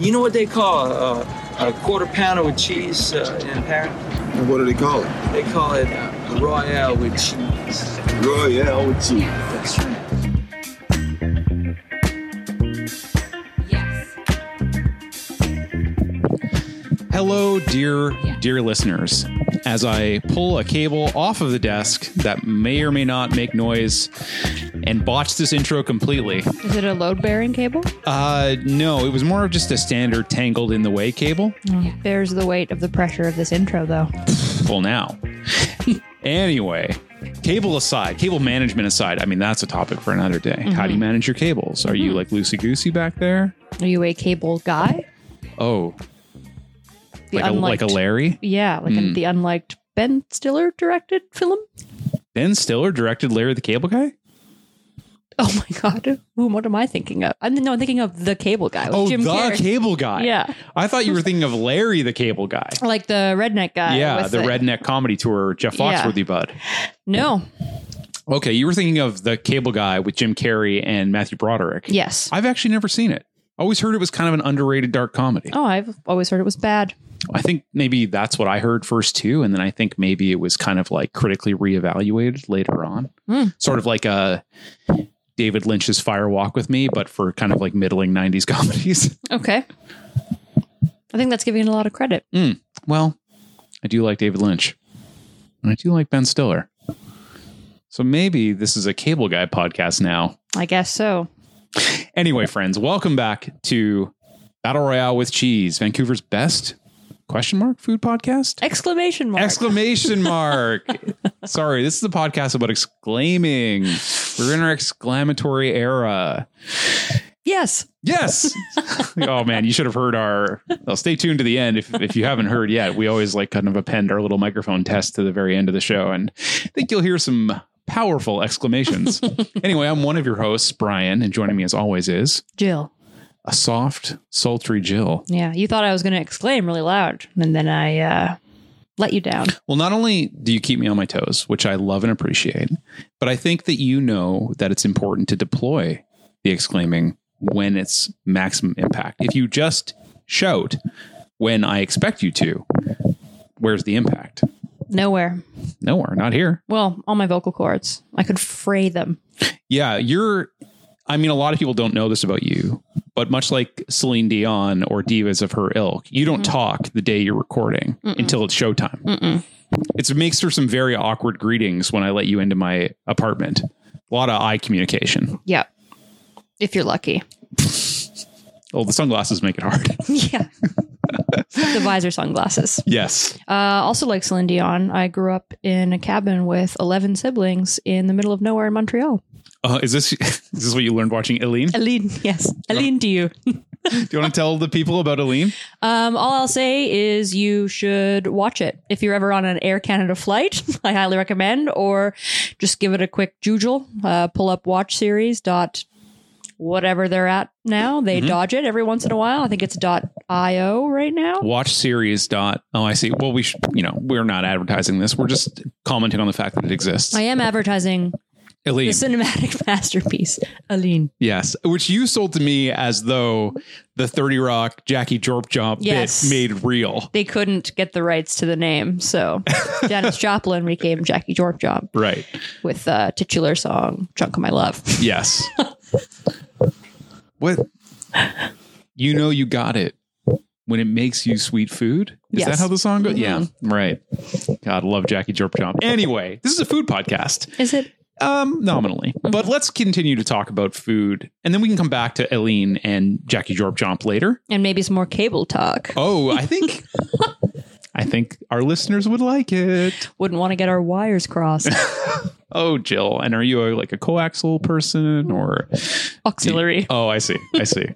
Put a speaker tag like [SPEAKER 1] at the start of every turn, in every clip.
[SPEAKER 1] You know what they call a, a quarter pounder with cheese uh, in Paris?
[SPEAKER 2] And what do they call it?
[SPEAKER 1] They call it uh, Royale with cheese.
[SPEAKER 2] Royale with cheese.
[SPEAKER 1] That's right.
[SPEAKER 3] Yes.
[SPEAKER 4] Hello, dear,
[SPEAKER 3] Yeah.
[SPEAKER 4] dear listeners. As I pull a cable off of the desk that may or may not make noise and botch this intro completely.
[SPEAKER 5] Is it a load bearing cable?
[SPEAKER 4] Uh, no, it was more of just a standard tangled in the way cable.
[SPEAKER 5] Mm. Bears the weight of the pressure of this intro, though.
[SPEAKER 4] Well, now. anyway, cable aside, cable management aside, I mean, that's a topic for another day. How
[SPEAKER 5] Mm-hmm.
[SPEAKER 4] do you manage your cables? Are you like loosey goosey back there?
[SPEAKER 5] Are you a cable guy?
[SPEAKER 4] Oh,
[SPEAKER 5] The
[SPEAKER 4] like a, like a
[SPEAKER 5] unliked-
[SPEAKER 4] Larry?
[SPEAKER 5] Yeah, like
[SPEAKER 4] Mm.
[SPEAKER 5] the unliked Ben Stiller directed film.
[SPEAKER 4] Ben Stiller directed Larry the Cable Guy?
[SPEAKER 5] Oh my god, who? What am I thinking of? I'm no, I'm thinking of the cable guy. With
[SPEAKER 4] Oh,
[SPEAKER 5] Jim
[SPEAKER 4] the
[SPEAKER 5] Carrey.
[SPEAKER 4] cable guy.
[SPEAKER 5] Yeah.
[SPEAKER 4] I thought you were thinking of Larry the Cable Guy.
[SPEAKER 5] like the redneck guy.
[SPEAKER 4] yeah,
[SPEAKER 5] with
[SPEAKER 4] the redneck comedy tour, Jeff
[SPEAKER 5] Yeah.
[SPEAKER 4] Foxworthy bud.
[SPEAKER 5] No,
[SPEAKER 4] Okay, you were thinking of the Cable Guy with Jim Carrey and Matthew Broderick.
[SPEAKER 5] yes.
[SPEAKER 4] I've actually never seen it. Always heard it was kind of an underrated dark comedy.
[SPEAKER 5] oh, I've always heard it was bad.
[SPEAKER 4] I think maybe that's what I heard first too, and then I think maybe it was kind of like critically reevaluated later on,
[SPEAKER 5] Hmm.
[SPEAKER 4] sort of like a David Lynch's Fire Walk with Me, but for kind of like middling '90s comedies.
[SPEAKER 5] Okay. I think that's giving it a lot of credit.
[SPEAKER 4] Well, I do like David Lynch. And I do like Ben Stiller. So maybe this is a cable guy podcast now.
[SPEAKER 5] I guess so.
[SPEAKER 4] Anyway, friends, welcome back to Battle Royale with Cheese, Vancouver's best question mark food podcast?
[SPEAKER 5] Exclamation mark.
[SPEAKER 4] Exclamation mark. Sorry, this is a podcast about exclaiming. We're in our exclamatory era.
[SPEAKER 5] yes.
[SPEAKER 4] Yes. oh man, you should have heard our. Well, stay tuned to the end if if you haven't heard yet. We always like kind of append our little microphone test to the very end of the show, and I think you'll hear some powerful exclamations. anyway, I'm one of your hosts, Brian, and joining me as always is
[SPEAKER 5] Jill.
[SPEAKER 4] a soft, sultry Jill.
[SPEAKER 5] Yeah, you thought I was going to exclaim really loud, and then I uh, let you down.
[SPEAKER 4] Well, not only do you keep me on my toes, which I love and appreciate, but I think that you know that it's important to deploy the exclaiming when it's maximum impact. If you just shout when I expect you to, where's the impact?
[SPEAKER 5] Nowhere.
[SPEAKER 4] Nowhere, not here.
[SPEAKER 5] Well, all my vocal cords. I could fray them.
[SPEAKER 4] Yeah, you're. I mean, a lot of people don't know this about you, but much like Celine Dion or divas of her ilk, you don't talk the day you're recording until it's showtime. It's, it makes for some very awkward greetings when I let you into my apartment. A lot of eye communication.
[SPEAKER 5] Yeah. If you're lucky.
[SPEAKER 4] Oh, the sunglasses make it hard.
[SPEAKER 5] Yeah. the visor sunglasses.
[SPEAKER 4] yes.
[SPEAKER 5] Uh, also, like Celine Dion, I grew up in a cabin with 11 siblings in the middle of nowhere in Montreal.
[SPEAKER 4] Uh, is this is this what you learned watching Eileen?
[SPEAKER 5] Aline, yes. Aline to you.
[SPEAKER 4] Do you want to tell the people about Eileen?
[SPEAKER 5] Um, all I'll say is you should watch it. If you're ever on an Air Canada flight, I highly recommend, or just give it a quick jujule. Uh, pull up watch series dot whatever they're at now. They dodge it every once in a while. I think it's dot io right now.
[SPEAKER 4] Watch series dot. Oh, I see. Well, we should. You know, we're not advertising this. We're just commenting on the fact that it exists.
[SPEAKER 5] I am advertising the
[SPEAKER 4] Eileen.
[SPEAKER 5] cinematic masterpiece, Aline.
[SPEAKER 4] Yes, which you sold to me as though the 30 Rock Jackie Jorp Jump
[SPEAKER 5] Yes.
[SPEAKER 4] bit made real.
[SPEAKER 5] They couldn't get the rights to the name, so Janis Joplin became Jackie Jorpjob
[SPEAKER 4] Right.
[SPEAKER 5] with uh, titular song "Chunk of My Love."
[SPEAKER 4] Yes. what? You know you got it when it makes you sweet food. Is
[SPEAKER 5] Yes. Mm-hmm.
[SPEAKER 4] that how the song goes? Yeah. Right. God, love Jackie Jorp Jump. Anyway, this is a food podcast.
[SPEAKER 5] Is it?
[SPEAKER 4] Um, nominally.
[SPEAKER 5] Mm-hmm.
[SPEAKER 4] But let's continue to talk about food. And then we can come back to Eileen and Jackie Jorp Jump later.
[SPEAKER 5] And maybe some more cable talk.
[SPEAKER 4] Oh, I think I think our listeners would like it.
[SPEAKER 5] wouldn't want to get our wires crossed.
[SPEAKER 4] Oh, Jill. And are you a, like a coaxial person or?
[SPEAKER 5] Auxiliary.
[SPEAKER 4] Oh, I see. I see.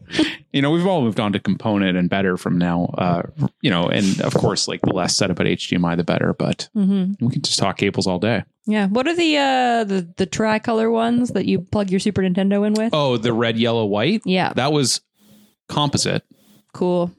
[SPEAKER 4] you know, we've all moved on to component and better from now. Uh, you know, and of course, like the less said about HDMI, the better. But
[SPEAKER 5] hmm
[SPEAKER 4] we can just talk cables all day.
[SPEAKER 5] Yeah. What are the uh the the tricolor ones that you plug your Super Nintendo in with?
[SPEAKER 4] Oh, the red, yellow, white.
[SPEAKER 5] Yeah.
[SPEAKER 4] That was composite.
[SPEAKER 5] Cool.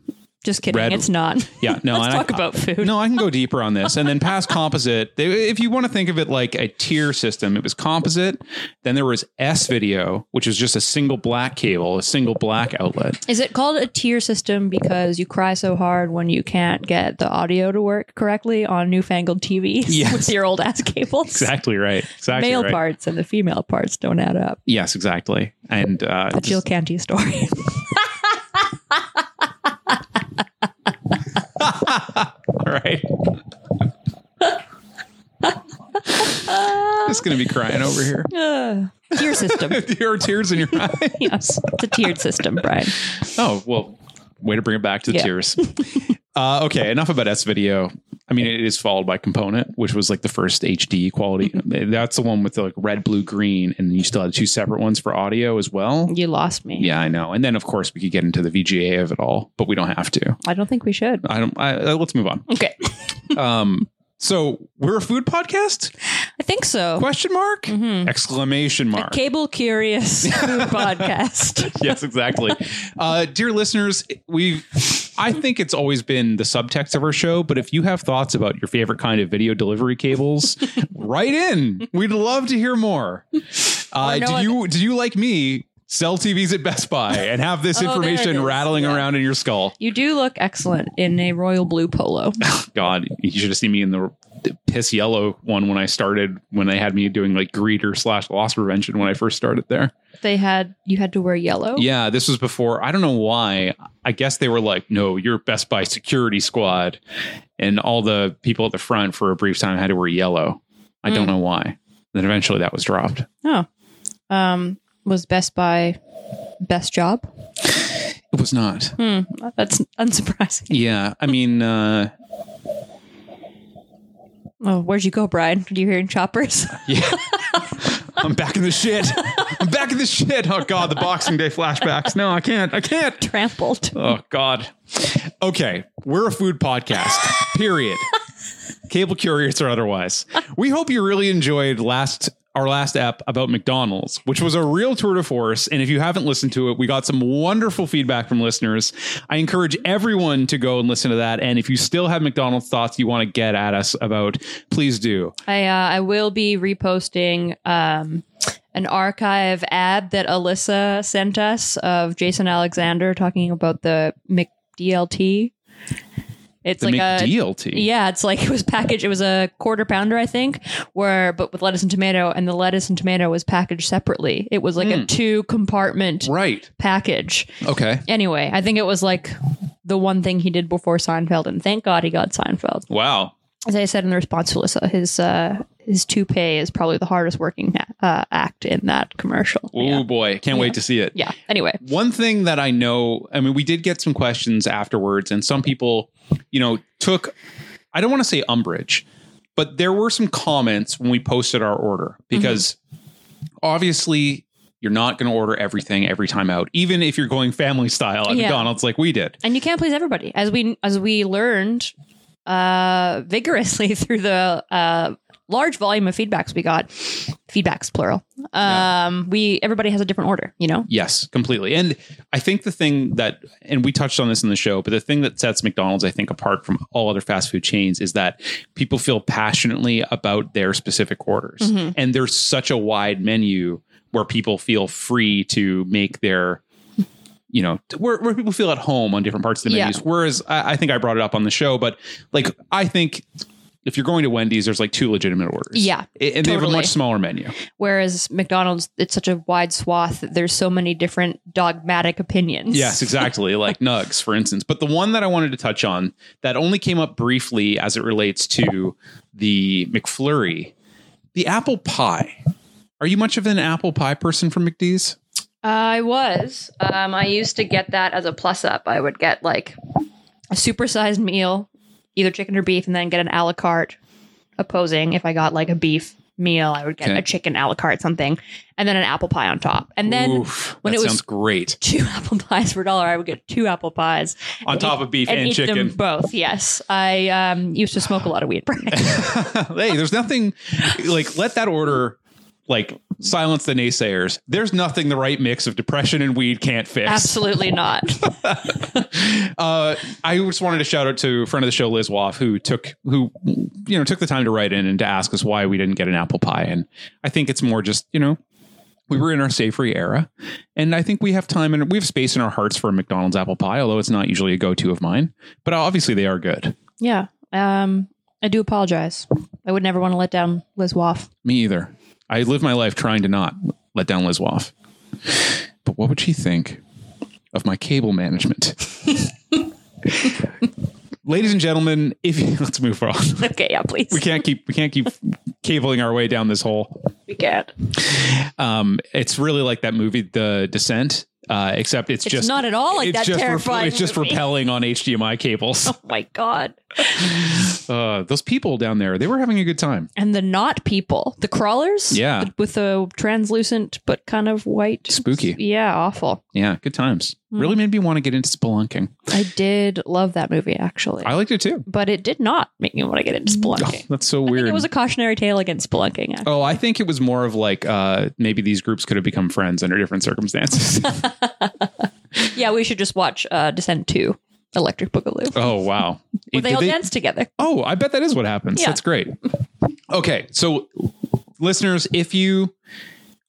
[SPEAKER 5] Just kidding.
[SPEAKER 4] Red-
[SPEAKER 5] It's not.
[SPEAKER 4] Yeah, no.
[SPEAKER 5] Let's
[SPEAKER 4] and
[SPEAKER 5] talk
[SPEAKER 4] I,
[SPEAKER 5] about food.
[SPEAKER 4] No, I can go deeper on this. And then past composite, they- if you want to think of it like a tier system, it was composite. Then there was S video, which is just a single black cable, a single black outlet.
[SPEAKER 5] Is it called a tier system because you cry so hard when you can't get the audio to work correctly on newfangled TVs
[SPEAKER 4] Yes.
[SPEAKER 5] with your old ass cables?
[SPEAKER 4] Exactly right. Exactly
[SPEAKER 5] Male
[SPEAKER 4] right.
[SPEAKER 5] parts and the female parts don't add up.
[SPEAKER 4] Yes, exactly. And uh,
[SPEAKER 5] A Jill
[SPEAKER 4] just-
[SPEAKER 5] Canty story.
[SPEAKER 4] all right. just gonna be crying over here.
[SPEAKER 5] Ugh. tier system.
[SPEAKER 4] There are tears in your eyes.
[SPEAKER 5] yes. It's a tiered system, Brian.
[SPEAKER 4] Oh well, way to bring it back to the
[SPEAKER 5] Yeah.
[SPEAKER 4] tears. uh, okay, enough about S video. I mean, it is followed by Component, which was like the first HD quality.
[SPEAKER 5] Mm-hmm.
[SPEAKER 4] That's the one with the like red, blue, green, and you still had two separate ones for audio as well.
[SPEAKER 5] You lost me.
[SPEAKER 4] Yeah, I know. And then of course we could get into the VGA of it all, but we don't have to.
[SPEAKER 5] I don't think we should.
[SPEAKER 4] I don't. I, uh, let's move on.
[SPEAKER 5] Okay.
[SPEAKER 4] Um, so we're a food podcast?
[SPEAKER 5] I think so.
[SPEAKER 4] Question mark?
[SPEAKER 5] Mm-hmm.
[SPEAKER 4] Exclamation
[SPEAKER 5] A
[SPEAKER 4] mark.
[SPEAKER 5] cable curious food podcast.
[SPEAKER 4] yes, exactly. Uh, dear listeners, we I think it's always been the subtext of our show, but if you have thoughts about your favorite kind of video delivery cables, write in. We'd love to hear more. Uh,
[SPEAKER 5] Or no
[SPEAKER 4] do you do you like me sell TVs at Best Buy and have this
[SPEAKER 5] Oh, there it
[SPEAKER 4] information
[SPEAKER 5] is.
[SPEAKER 4] rattling
[SPEAKER 5] Yeah.
[SPEAKER 4] around in your skull?
[SPEAKER 5] You do look excellent in a royal blue polo.
[SPEAKER 4] God, you should have seen me in the piss yellow one when I started when they had me doing like greeter slash loss prevention when I first started there.
[SPEAKER 5] They had you had to wear yellow.
[SPEAKER 4] Yeah, this was before. I don't know why. I guess they were like, no, you're Best Buy security squad. And all the people at the front for a brief time had to wear yellow. I don't know why. Then eventually that was dropped.
[SPEAKER 5] Oh. Um was Best Buy best job?
[SPEAKER 4] It was not.
[SPEAKER 5] Hmm. That's unsurprising.
[SPEAKER 4] Yeah. I mean, uh,
[SPEAKER 5] Oh, where'd you go, Brian? Are you hearing choppers?
[SPEAKER 4] yeah. I'm back in the shit. I'm back in the shit. Oh, God, the Boxing Day flashbacks. No, I can't. I can't.
[SPEAKER 5] Trampled.
[SPEAKER 4] Oh, God. Okay. We're a food podcast, period. Cable curious or otherwise. We hope you really enjoyed last our last app about McDonald's, which was a real tour de force. And if you haven't listened to it, we got some wonderful feedback from listeners. I encourage everyone to go and listen to that. And if you still have McDonald's thoughts you want to get at us about, please do.
[SPEAKER 5] I uh, I will be reposting um an archive ad that Alyssa sent us of Jason Alexander talking about the McDLT. It's
[SPEAKER 4] The
[SPEAKER 5] like a
[SPEAKER 4] McDLT.
[SPEAKER 5] Yeah, it's like it was packaged. It was a quarter pounder, I think, where but with lettuce and tomato, and the lettuce and tomato was packaged separately. It was like a two compartment
[SPEAKER 4] Right.
[SPEAKER 5] package.
[SPEAKER 4] Okay.
[SPEAKER 5] Anyway, I think it was like the one thing he did before Seinfeld, and thank God he got Seinfeld.
[SPEAKER 4] Wow.
[SPEAKER 5] As I said in the response to Alyssa, his uh, his toupee is probably the hardest working uh, act in that commercial.
[SPEAKER 4] Oh
[SPEAKER 5] Yeah.
[SPEAKER 4] boy. Can't wait to see it.
[SPEAKER 5] yeah. Anyway,
[SPEAKER 4] One thing that I know, I mean, we did get some questions afterwards, and some people, you know, took, I don't want to say umbrage, but there were some comments when we posted our order because obviously you're not going to order everything every time out, even if you're going family style at
[SPEAKER 5] Yeah.
[SPEAKER 4] McDonald's like we did.
[SPEAKER 5] and you can't please everybody as we as we learned uh vigorously through the uh large volume of feedbacks we got feedbacks plural um we everybody has a different order you know
[SPEAKER 4] Yes, completely. And I think the thing that, and we touched on this in the show, but the thing that sets McDonald's, I think, apart from all other fast food chains is that people feel passionately about their specific orders.
[SPEAKER 5] Mm-hmm.
[SPEAKER 4] And there's such a wide menu where people feel free to make their, you know, where, where people feel at home on different parts of the
[SPEAKER 5] Yeah.
[SPEAKER 4] menus. Whereas I, I think I brought it up on the show, but like, I think. If you're going to Wendy's, there's like two legitimate orders.
[SPEAKER 5] Yeah,
[SPEAKER 4] A- And they have a
[SPEAKER 5] totally.
[SPEAKER 4] much smaller menu.
[SPEAKER 5] whereas mcdonald's it's such a wide swath that there's so many different dogmatic opinions
[SPEAKER 4] Yes, exactly. like Nugs, for instance. But the one that I wanted to touch on that only came up briefly as it relates to the McFlurry, the apple pie. Are you much of an apple pie person from McDee's?
[SPEAKER 5] Uh, i was um i used to get that as a plus up i would get like a supersized meal either chicken or beef and then get an a la carte opposing if i got like a beef meal i would get
[SPEAKER 4] Okay.
[SPEAKER 5] a chicken a la carte something and then an apple pie on top and then
[SPEAKER 4] Oof,
[SPEAKER 5] when
[SPEAKER 4] that
[SPEAKER 5] it was-
[SPEAKER 4] sounds great.
[SPEAKER 5] two apple pies for a dollar i would get two apple pies
[SPEAKER 4] On
[SPEAKER 5] and
[SPEAKER 4] top
[SPEAKER 5] eat-
[SPEAKER 4] of beef
[SPEAKER 5] and,
[SPEAKER 4] and,
[SPEAKER 5] eat them
[SPEAKER 4] chicken.
[SPEAKER 5] both yes i um used to smoke a lot of weed Brian.
[SPEAKER 4] hey, there's nothing like let that order like silence the naysayers. There's nothing the right mix of depression and weed can't fix.
[SPEAKER 5] Absolutely not.
[SPEAKER 4] Uh, I just wanted to shout out to a friend of the show, Liz Waff, who took who you know took the time to write in and to ask us why we didn't get an apple pie. And I think it's more just you know we were in our savory era, and I think we have time and we have space in our hearts for a McDonald's apple pie, although it's not usually a go to of mine. But obviously they are good.
[SPEAKER 5] yeah. Um, I do apologize. I would never want to let down Liz Waff.
[SPEAKER 4] Me either. I live my life trying to not let down Liz Waff. But what would she think of my cable management? Ladies and gentlemen, if you, let's move on.
[SPEAKER 5] Okay, yeah, please.
[SPEAKER 4] We can't keep we can't keep cabling our way down this hole.
[SPEAKER 5] We can't.
[SPEAKER 4] Um, it's really like that movie, The Descent, uh, except it's,
[SPEAKER 5] It's
[SPEAKER 4] just
[SPEAKER 5] not at all like
[SPEAKER 4] it's
[SPEAKER 5] that
[SPEAKER 4] just
[SPEAKER 5] terrifying
[SPEAKER 4] It's just
[SPEAKER 5] movie.
[SPEAKER 4] repelling on HDMI cables.
[SPEAKER 5] Oh my god.
[SPEAKER 4] Uh, those people down there, they were having a good time.
[SPEAKER 5] And the not people, the crawlers,
[SPEAKER 4] Yeah.
[SPEAKER 5] with the translucent but kind of white,
[SPEAKER 4] Spooky.
[SPEAKER 5] Yeah, awful.
[SPEAKER 4] Yeah, good times.
[SPEAKER 5] Hmm.
[SPEAKER 4] Really made me want to get into spelunking.
[SPEAKER 5] I did love that movie actually,
[SPEAKER 4] I liked it too.
[SPEAKER 5] but it did not make me want to get into
[SPEAKER 4] Oh,
[SPEAKER 5] spelunking.
[SPEAKER 4] that's so
[SPEAKER 5] I
[SPEAKER 4] weird.
[SPEAKER 5] think it was a cautionary tale against spelunking. actually.
[SPEAKER 4] Oh, I think it was more of like uh, maybe these groups could have become friends under different circumstances.
[SPEAKER 5] Yeah, we should just watch uh, Descent Two, Electric Boogaloo.
[SPEAKER 4] oh wow!
[SPEAKER 5] Where
[SPEAKER 4] It-
[SPEAKER 5] they
[SPEAKER 4] did
[SPEAKER 5] all dance together.
[SPEAKER 4] Oh, I bet that is what happens.
[SPEAKER 5] Yeah.
[SPEAKER 4] That's great. Okay, so listeners, if you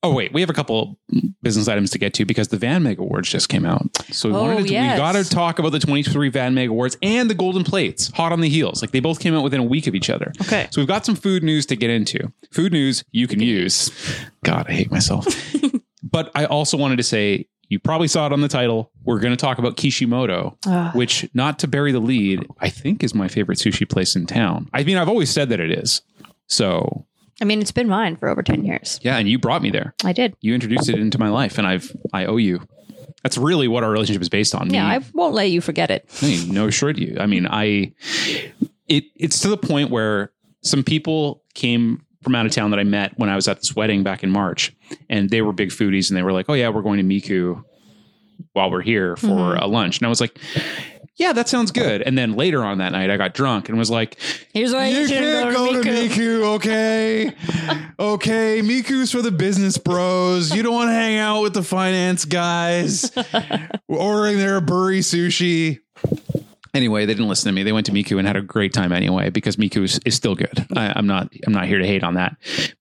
[SPEAKER 4] Oh wait, we have a couple business items to get to because the Van Meg Awards just came out. So we
[SPEAKER 5] Oh,
[SPEAKER 4] wanted to,
[SPEAKER 5] yes.
[SPEAKER 4] we got to talk about the 23 Van Meg Awards and the Golden Plates, hot on the heels. Like they both came out within a week of each other.
[SPEAKER 5] Okay.
[SPEAKER 4] So we've got some food news to get into. Food news you can use. God, I hate myself. but I also wanted to say you probably saw it on the title. We're going to talk about Kishimoto,
[SPEAKER 5] Ah.
[SPEAKER 4] which, not to bury the lead, I think is my favorite sushi place in town. I mean, I've always said that it is. So,
[SPEAKER 5] I mean, it's been mine for over ten years.
[SPEAKER 4] yeah, and you brought me there.
[SPEAKER 5] I did.
[SPEAKER 4] You introduced it into my life, and I've I owe you. That's really what our relationship is based on.
[SPEAKER 5] Yeah,
[SPEAKER 4] Me-
[SPEAKER 5] I won't let you forget it.
[SPEAKER 4] I mean, no, should you? I mean, I it it's to the point where some people came from out of town that I met when I was at this wedding back in March, and they were big foodies, and they were like, "Oh yeah, we're going to Miku while we're here for
[SPEAKER 5] Mm-hmm.
[SPEAKER 4] a lunch," and I was like. Yeah, that sounds good. And then later on that night, I got drunk and was like,
[SPEAKER 5] Here's why you, shouldn't go to Miku.
[SPEAKER 4] okay? okay, Miku's for the business bros. You don't want to hang out with the finance guys. We're ordering their buri sushi. Anyway, they didn't listen to me. They went to Miku and had a great time anyway because Miku is, is still good. I, I'm not I'm not here to hate on that,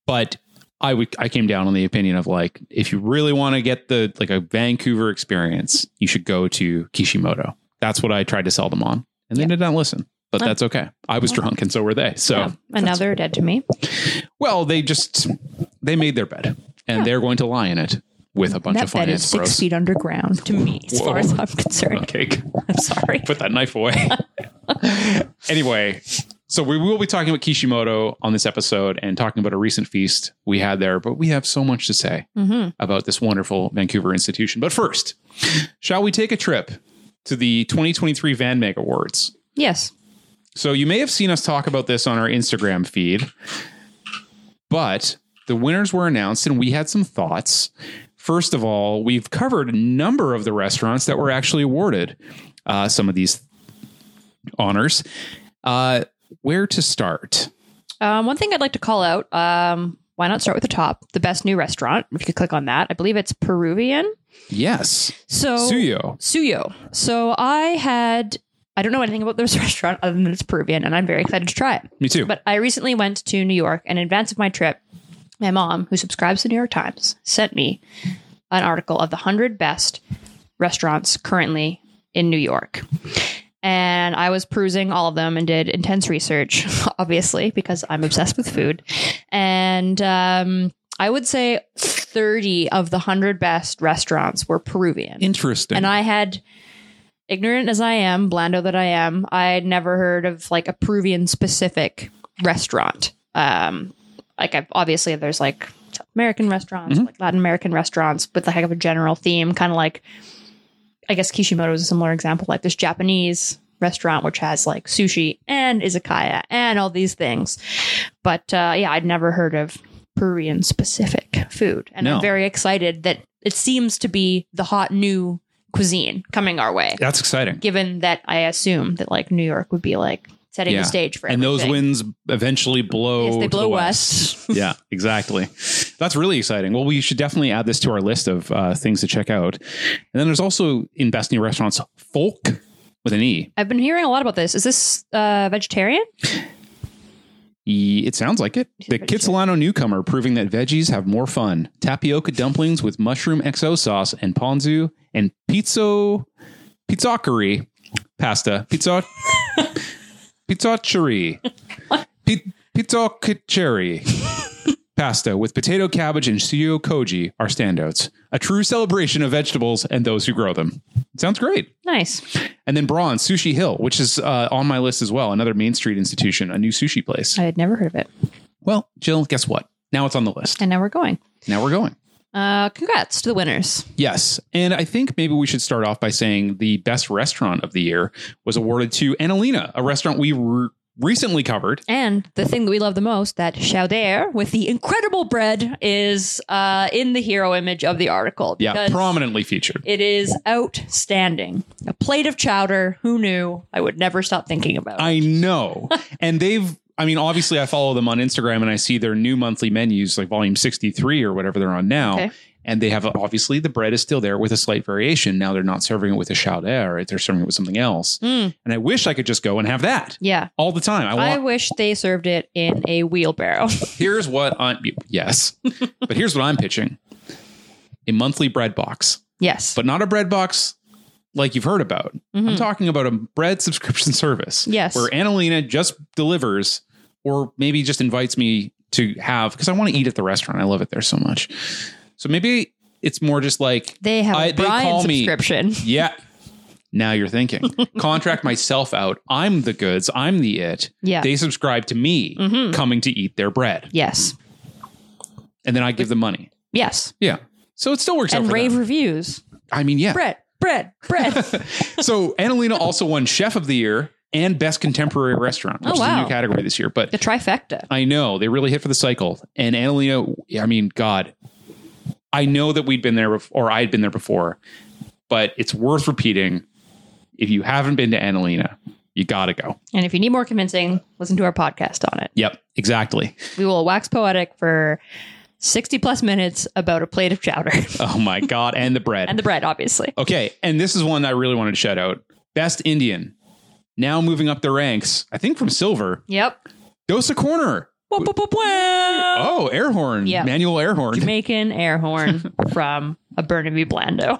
[SPEAKER 4] but I would I came down on the opinion of like if you really want to get the like a Vancouver experience, you should go to Kishimoto. That's what I tried to sell them on, and they did not listen. But that's okay. I was drunk, and so were they. So
[SPEAKER 5] Yeah, and now they're dead to me.
[SPEAKER 4] well, they just they made their bed and they're going to lie in it with a bunch
[SPEAKER 5] That
[SPEAKER 4] of
[SPEAKER 5] bed
[SPEAKER 4] finance
[SPEAKER 5] is six
[SPEAKER 4] bros.
[SPEAKER 5] feet underground to me, as
[SPEAKER 4] Whoa.
[SPEAKER 5] far as I'm concerned.
[SPEAKER 4] Okay,
[SPEAKER 5] I'm sorry.
[SPEAKER 4] put that knife away. anyway, so we will be talking about Kishimoto on this episode and talking about a recent feast we had there, but we have so much to say about this wonderful Vancouver institution. But first, shall we take a trip to the 2023 Van Meg Awards?
[SPEAKER 5] Yes.
[SPEAKER 4] So you may have seen us talk about this on our Instagram feed, but the winners were announced and we had some thoughts. First of all, we've covered a number of the restaurants that were actually awarded uh, some of these honors. Uh, where to start?
[SPEAKER 5] Um, one thing I'd like to call out. Um, why not start with the top? The best new restaurant. If you could click on that, I believe it's Peruvian.
[SPEAKER 4] Yes,
[SPEAKER 5] So
[SPEAKER 4] Suyo.
[SPEAKER 5] Suyo. So I had. I don't know anything about this restaurant other than it's Peruvian, and I'm very excited to try it.
[SPEAKER 4] Me too.
[SPEAKER 5] But I recently went to New York, and in advance of my trip, my mom, who subscribes to the New York Times, sent me an article of the 100 best restaurants currently in New York. And I was perusing all of them and did intense research, obviously, because I'm obsessed with food. And um, I would say 30 of the 100 best restaurants were Peruvian.
[SPEAKER 4] Interesting.
[SPEAKER 5] And I had, ignorant as I am, blando that I am, I had never heard of like a Peruvian specific restaurant. Um, like I've, obviously there's like South American restaurants,
[SPEAKER 4] Mm-hmm.
[SPEAKER 5] like Latin American restaurants with the heck of a general theme, kind of like I guess Kishimoto is a similar example. Like this Japanese restaurant which has like sushi and izakaya and all these things. But uh, yeah, I'd never heard of Peruvian specific food, and
[SPEAKER 4] No.
[SPEAKER 5] I'm very excited that it seems to be the hot new cuisine coming our way.
[SPEAKER 4] That's exciting.
[SPEAKER 5] Given that I assume that like New York would be like setting
[SPEAKER 4] Yeah.
[SPEAKER 5] the stage for
[SPEAKER 4] and those
[SPEAKER 5] everything.
[SPEAKER 4] wins eventually blow.
[SPEAKER 5] Yes,
[SPEAKER 4] to
[SPEAKER 5] they
[SPEAKER 4] the
[SPEAKER 5] blow
[SPEAKER 4] west.
[SPEAKER 5] west.
[SPEAKER 4] yeah, exactly. That's really exciting. Well, we should definitely add this to our list of uh, things to check out. And then there's also in Best New Restaurants Folk with an E.
[SPEAKER 5] I've been hearing a lot about this. Is this uh, vegetarian?
[SPEAKER 4] E- It sounds like it. The
[SPEAKER 5] pretty sure.
[SPEAKER 4] Kitsilano newcomer proving that veggies have more fun. Tapioca dumplings with mushroom XO sauce and ponzu and pizzo pizzacari pasta pizza pizzacari Pi- pizzacari pasta with potato cabbage and studio koji are standouts. A true celebration of vegetables and those who grow them. Sounds great.
[SPEAKER 5] Nice.
[SPEAKER 4] And then Bronze Sushi Hill, which is uh, on my list as well, another Main Street institution, a new sushi place.
[SPEAKER 5] I had never heard of it.
[SPEAKER 4] Well, Jill, guess what? Now it's on the list.
[SPEAKER 5] And now we're going.
[SPEAKER 4] Now we're going.
[SPEAKER 5] Uh, congrats to the winners.
[SPEAKER 4] Yes. And I think maybe we should start off by saying the best restaurant of the year was awarded to Annalena, a restaurant we re- recently covered.
[SPEAKER 5] And the thing that we love the most, that Chowder with the incredible bread, is uh, in the hero image of the article.
[SPEAKER 4] Yeah,
[SPEAKER 5] because
[SPEAKER 4] prominently featured.
[SPEAKER 5] It is outstanding. A plate of chowder. Who knew? I would never stop thinking about.
[SPEAKER 4] I know. and they've, I mean, obviously, I follow them on Instagram and I see their new monthly menus, like volume 63 or whatever they're on now.
[SPEAKER 5] Okay.
[SPEAKER 4] And they have obviously the bread is still there with a slight variation. Now they're not serving it with a chowder, right? They're serving it with something else.
[SPEAKER 5] Mm.
[SPEAKER 4] And I wish I could just go and have that
[SPEAKER 5] yeah.
[SPEAKER 4] all the time. I want
[SPEAKER 5] I wish they served it in a wheelbarrow.
[SPEAKER 4] here's what I'm yes, but here's what I'm pitching: a monthly bread box,
[SPEAKER 5] yes.
[SPEAKER 4] but not a bread box like you've heard about. I'm talking about a bread subscription service.
[SPEAKER 5] Mm-hmm. Yes.
[SPEAKER 4] where Annalena just delivers, or maybe just invites me to have because I want to eat at the restaurant. I love it there so much. So maybe it's more just like
[SPEAKER 5] they have
[SPEAKER 4] I-
[SPEAKER 5] a Brian
[SPEAKER 4] me-
[SPEAKER 5] subscription.
[SPEAKER 4] yeah. Now you're thinking. Contract myself out. I'm the goods. I'm the it.
[SPEAKER 5] Yeah. Mm-hmm.
[SPEAKER 4] They subscribe to me coming to eat their bread.
[SPEAKER 5] Yes.
[SPEAKER 4] And then I give them money.
[SPEAKER 5] Yes.
[SPEAKER 4] Yeah. So it still works out
[SPEAKER 5] and
[SPEAKER 4] for
[SPEAKER 5] rave
[SPEAKER 4] them.
[SPEAKER 5] reviews.
[SPEAKER 4] I mean, yeah.
[SPEAKER 5] Bread, bread, bread.
[SPEAKER 4] So Annalena also won Chef of the Year and Best Contemporary Restaurant, which
[SPEAKER 5] Oh,
[SPEAKER 4] is a
[SPEAKER 5] wow.
[SPEAKER 4] new category this year. But
[SPEAKER 5] the trifecta.
[SPEAKER 4] I know they really hit for the cycle. And Annalena, I mean, God, I know that we'd been there before, or I had been there before, but it's worth repeating. If you haven't been to Annalena, you got to go.
[SPEAKER 5] And if you need more convincing, listen to our podcast on it.
[SPEAKER 4] Yep, exactly.
[SPEAKER 5] We will wax poetic for 60 plus minutes about a plate of chowder
[SPEAKER 4] Oh my God. And the bread.
[SPEAKER 5] and the bread, obviously.
[SPEAKER 4] okay. And this is one I really wanted to shout out Best Indian. Now moving up the ranks, I think from silver,
[SPEAKER 5] Yep.
[SPEAKER 4] Dosa Corner. Oh, air horn.
[SPEAKER 5] Yeah.
[SPEAKER 4] Manual air horn.
[SPEAKER 5] Jamaican air horn from a Burnaby Blando.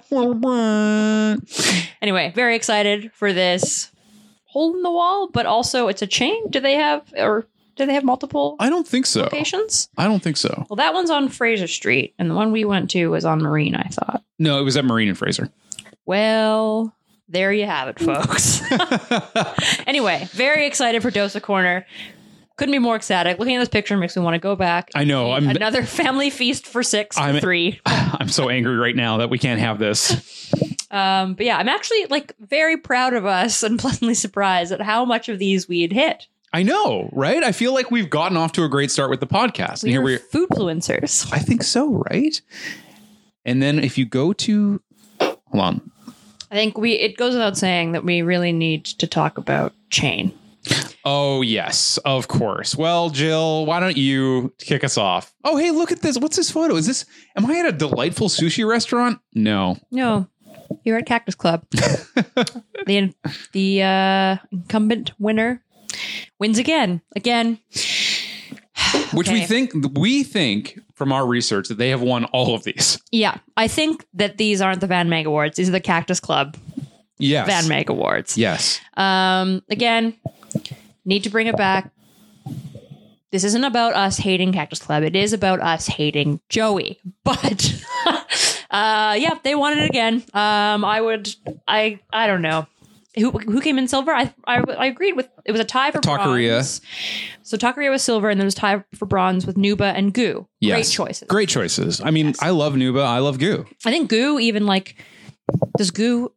[SPEAKER 5] Anyway, very excited for this hole in the wall, but also it's a chain. Do they have, or do they have multiple
[SPEAKER 4] I don't think so.
[SPEAKER 5] locations?
[SPEAKER 4] I don't think so.
[SPEAKER 5] Well, that one's on Fraser Street, and the one we went to was on Marine, I thought.
[SPEAKER 4] No, it was at Marine and Fraser.
[SPEAKER 5] Well, there you have it, folks. anyway, very excited for Dosa Corner. Couldn't be more ecstatic. Looking at this picture makes me want to go back.
[SPEAKER 4] I know. I'm
[SPEAKER 5] Another family feast for 6 for
[SPEAKER 4] I'm-
[SPEAKER 5] three.
[SPEAKER 4] I'm so angry right now that we can't have this.
[SPEAKER 5] Um, but yeah, I'm actually like very proud of us and pleasantly surprised at how much of these we had hit.
[SPEAKER 4] I know, right? I feel like we've gotten off to a great start with the podcast. and
[SPEAKER 5] We
[SPEAKER 4] here
[SPEAKER 5] were
[SPEAKER 4] we
[SPEAKER 5] foodfluencers.
[SPEAKER 4] I think so, right? And then if you go to hold on.
[SPEAKER 5] I think we it goes without saying that we really need to talk about chain.
[SPEAKER 4] Oh yes, of course. Well, Jill, why don't you kick us off? Oh hey, look at this. What's this photo? Is this am I at a delightful sushi restaurant? No.
[SPEAKER 5] No, you're at Cactus Club. the the uh, incumbent winner wins again, again.
[SPEAKER 4] Which we
[SPEAKER 5] Okay.
[SPEAKER 4] think we think from our research that they have won all of these.
[SPEAKER 5] Yeah, I think that these aren't the Van Meg Awards. These are the Cactus Club
[SPEAKER 4] Yes.
[SPEAKER 5] Van Meg Awards.
[SPEAKER 4] Yes.
[SPEAKER 5] Um, again, need to bring it back. This isn't about us hating Cactus Club. It is about us hating Joey. But uh, yeah, they won it again. Um, I would. I I don't know. Who, who came in silver? I, I I agreed with it was a tie for
[SPEAKER 4] Taqueria.
[SPEAKER 5] bronze. So Taqueria was silver, and then it was tie for bronze with Nuba and Goo.
[SPEAKER 4] Yes.
[SPEAKER 5] Great choices.
[SPEAKER 4] Great choices. I mean, I love Nuba. I love Goo.
[SPEAKER 5] I think goo even like does goo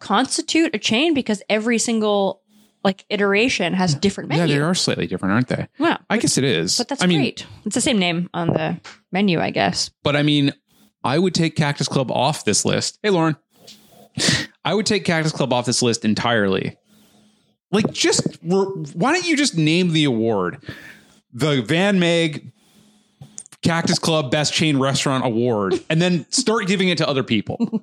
[SPEAKER 5] constitute a chain because every single like iteration has different
[SPEAKER 4] Yeah,
[SPEAKER 5] menu.
[SPEAKER 4] they are slightly different, aren't they?
[SPEAKER 5] Wow.
[SPEAKER 4] I guess it is.
[SPEAKER 5] But that's
[SPEAKER 4] I mean,
[SPEAKER 5] great. It's the same name on the menu, I guess.
[SPEAKER 4] But I mean, I would take Cactus Club off this list. Hey, Lauren. I would take Cactus Club off this list entirely. Like, just why don't you just name the award the Van Meg Cactus Club Best Chain Restaurant Award and then start giving it to other people.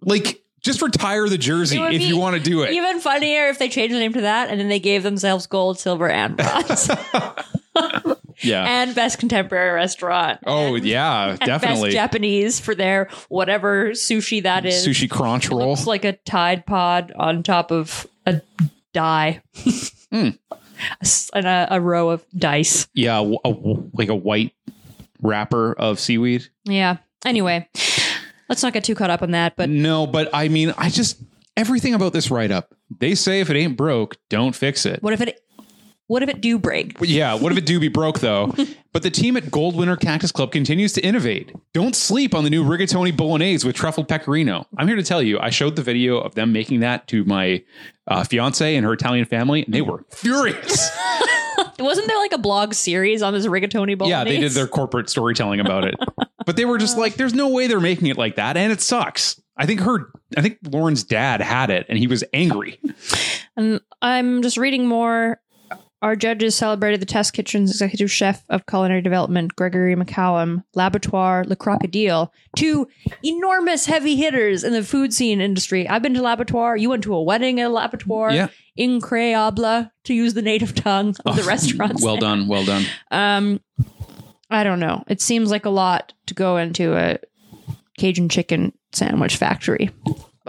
[SPEAKER 4] like, just retire the jersey
[SPEAKER 5] It would
[SPEAKER 4] if
[SPEAKER 5] be
[SPEAKER 4] you want to do it.
[SPEAKER 5] Even funnier if they changed the name to that and then they gave themselves gold, silver, and bronze.
[SPEAKER 4] yeah.
[SPEAKER 5] and best contemporary restaurant.
[SPEAKER 4] oh, yeah,
[SPEAKER 5] And
[SPEAKER 4] definitely.
[SPEAKER 5] Best Japanese for their whatever sushi that is.
[SPEAKER 4] Sushi crunch roll.
[SPEAKER 5] Looks like a Tide Pod on top of a die.
[SPEAKER 4] Hmm.
[SPEAKER 5] S- and a, a row of dice.
[SPEAKER 4] yeah, a w- a w- like a white wrapper of seaweed.
[SPEAKER 5] Yeah. Anyway, let's not get too caught up on that, but
[SPEAKER 4] No, but I mean, I just everything about this write up. They say if it ain't broke, don't fix it.
[SPEAKER 5] what if it what if it do break?
[SPEAKER 4] But yeah, what if it do be broke though? but the team at Goldwinter Cactus Club continues to innovate. Don't sleep on the new rigatoni bolognese with truffle pecorino. I'm here to tell you, I showed the video of them making that to my uh, fiance and her Italian family, and they were furious.
[SPEAKER 5] Wasn't there like a blog series on this rigatoni bolognese?
[SPEAKER 4] yeah, they did their corporate storytelling about it, but they were just like, "There's no way they're making it like that, and it sucks." I think her, I think Lauren's dad had it, and he was angry.
[SPEAKER 5] And I'm just reading more. Our judges celebrated the Test Kitchen's executive chef of culinary development, Gregory McCallum, Laboratoire Le Crocodile, two enormous heavy hitters in the food scene industry. I've been to Laboratoire. You went to a wedding at a Laboratoire.
[SPEAKER 4] Yeah.
[SPEAKER 5] Increable, to use the native tongue of the
[SPEAKER 4] Oh,
[SPEAKER 5] restaurants.
[SPEAKER 4] Well done, well done.
[SPEAKER 5] Um, I don't know. It seems like a lot to go into a Cajun chicken sandwich factory.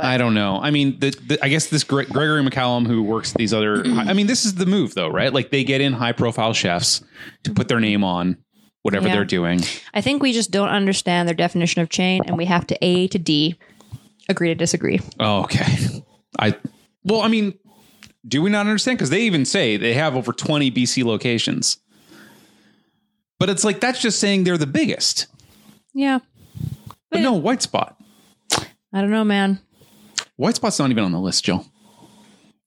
[SPEAKER 4] I don't know. I mean, the, the, I guess this Gre- Gregory McCallum who works these other. I mean, this is the move though, right? Like they get in high profile chefs to put their name on whatever
[SPEAKER 5] Yeah.
[SPEAKER 4] they're doing.
[SPEAKER 5] I think we just don't understand their definition of chain, and we have to A to D agree to disagree.
[SPEAKER 4] Oh, okay. I well, I mean, do we not understand? Because they even say they have over twenty BC locations, but it's like that's just saying they're the biggest.
[SPEAKER 5] Yeah.
[SPEAKER 4] But no, White Spot.
[SPEAKER 5] I don't know, man.
[SPEAKER 4] White Spot's not even on the list, Jill.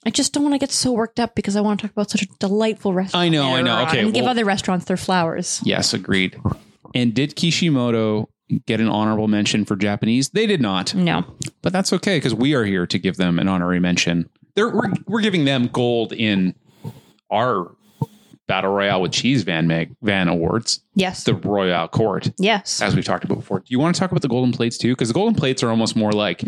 [SPEAKER 5] I just don't want to get so worked up because I want to talk about such a delightful restaurant.
[SPEAKER 4] I know, I know.
[SPEAKER 5] Error.
[SPEAKER 4] Okay,
[SPEAKER 5] And give
[SPEAKER 4] well-
[SPEAKER 5] other restaurants their flowers.
[SPEAKER 4] Yes, agreed. And did Kishimoto get an honorable mention for Japanese? They did not.
[SPEAKER 5] No.
[SPEAKER 4] But that's okay because we are here to give them an honorary mention. They're, we're, we're giving them gold in our Battle Royale with Cheese Van Meg, Van Awards,
[SPEAKER 5] Yes.
[SPEAKER 4] the Royale Court,
[SPEAKER 5] yes.
[SPEAKER 4] as we talked about before. Do you want to talk about the golden plates too? Because the golden plates are almost more like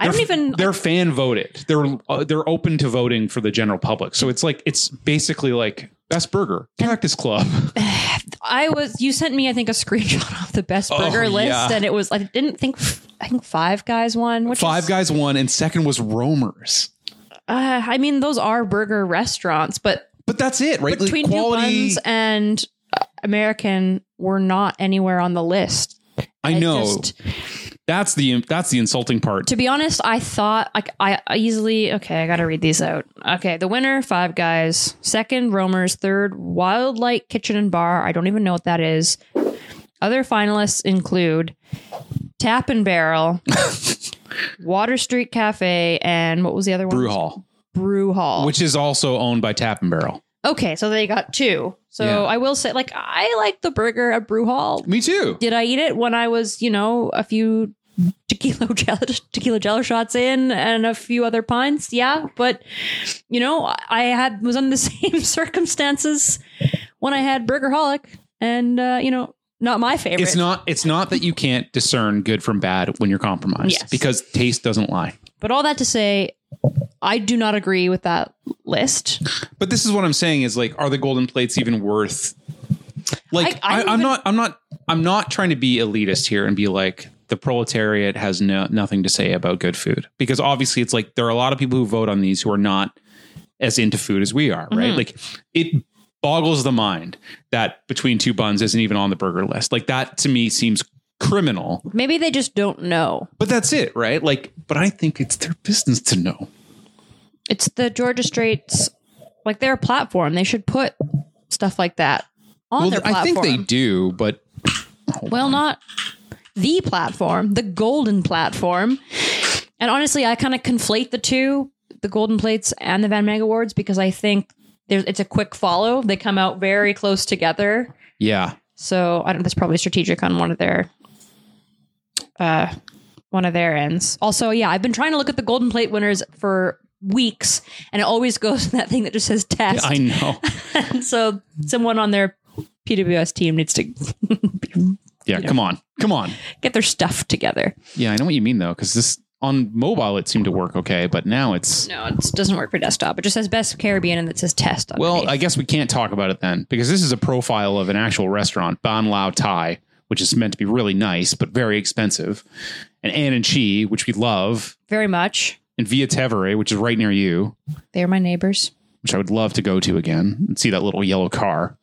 [SPEAKER 5] I don't even.
[SPEAKER 4] they're fan voted. They're uh, they're open to voting for the general public. So it's like it's basically like Best Burger, Cactus Club.
[SPEAKER 5] I was. You sent me, I think, a screenshot of the best burger list,
[SPEAKER 4] Oh, yeah.
[SPEAKER 5] and it was. I didn't think. I think Five Guys won. Which
[SPEAKER 4] Five
[SPEAKER 5] is-
[SPEAKER 4] Guys won, and second was Romer's.
[SPEAKER 5] Uh, I mean, those are burger restaurants, but
[SPEAKER 4] But that's it, right? Like,
[SPEAKER 5] between New Ones and uh, American were not anywhere on the list.
[SPEAKER 4] I know
[SPEAKER 5] just-
[SPEAKER 4] that's the that's the insulting part.
[SPEAKER 5] To be honest, I thought like I I easily okay. I got to read these out. Okay, the winner Five Guys, second Romer's, third Wild Light Kitchen and Bar. I don't even know what that is. Other finalists include Tap and Barrel, Water Street Cafe, and what was the other one?
[SPEAKER 4] Brew Hall,
[SPEAKER 5] Brew Hall.
[SPEAKER 4] which is also owned by Tap and Barrel.
[SPEAKER 5] okay, so they got two. So
[SPEAKER 4] Yeah.
[SPEAKER 5] I will say, like, I like the burger at Brew Hall.
[SPEAKER 4] Me too.
[SPEAKER 5] did I eat it when I was, you know, a few tequila gel, tequila jello shots in and a few other pints? Yeah, but you know, I- I had was under the same circumstances when I had Burgerholic, and uh, you know, not my favorite.
[SPEAKER 4] It's not it's not that you can't discern good from bad when you're compromised
[SPEAKER 5] Yes.
[SPEAKER 4] because taste doesn't lie.
[SPEAKER 5] But all that to say, I do not agree with that list.
[SPEAKER 4] But this is what I'm saying is like, are the golden plates even worth? Like,
[SPEAKER 5] I-
[SPEAKER 4] I,
[SPEAKER 5] I
[SPEAKER 4] I,
[SPEAKER 5] don't
[SPEAKER 4] am
[SPEAKER 5] even-
[SPEAKER 4] not, I'm not, I'm not trying to be elitist here and be like the proletariat has no nothing to say about good food because obviously it's like there are a lot of people who vote on these who are not as into food as we are,
[SPEAKER 5] Mm-hmm.
[SPEAKER 4] right? Like, it boggles the mind that between two buns isn't even on the burger list. Like that to me seems criminal.
[SPEAKER 5] Maybe they just don't know.
[SPEAKER 4] But that's it, right? Like, but I think it's their business to know.
[SPEAKER 5] It's the Georgia Straits, like their platform. They should put stuff like that on their platform.
[SPEAKER 4] I think they do, but
[SPEAKER 5] Well, not the platform, the golden platform. And honestly, I kind of conflate the two, the golden plates and the Van Mag Awards, because I think there's, it's a quick follow. They come out very close together.
[SPEAKER 4] yeah.
[SPEAKER 5] So I don't, that's probably strategic on one of their, uh, one of their ends. Also, yeah, I've been trying to look at the golden plate winners for weeks and it always goes to that thing that just says test.
[SPEAKER 4] I know.
[SPEAKER 5] so someone on their PWS team needs to
[SPEAKER 4] Yeah, come on, come on.
[SPEAKER 5] get their stuff together.
[SPEAKER 4] Yeah, I know what you mean though, because this on mobile it seemed to work okay, but now it's
[SPEAKER 5] No, it doesn't work for desktop. It just says Best Caribbean and it says test.
[SPEAKER 4] well.
[SPEAKER 5] underneath.
[SPEAKER 4] I guess we can't talk about it then because this is a profile of an actual restaurant, Ban Lao Thai, which is meant to be really nice but very expensive, and Ann and Chi, which we love,
[SPEAKER 5] very much.
[SPEAKER 4] and Via Tevere, which is right near you,
[SPEAKER 5] They are my neighbors.
[SPEAKER 4] which I would love to go to again and see that little yellow car.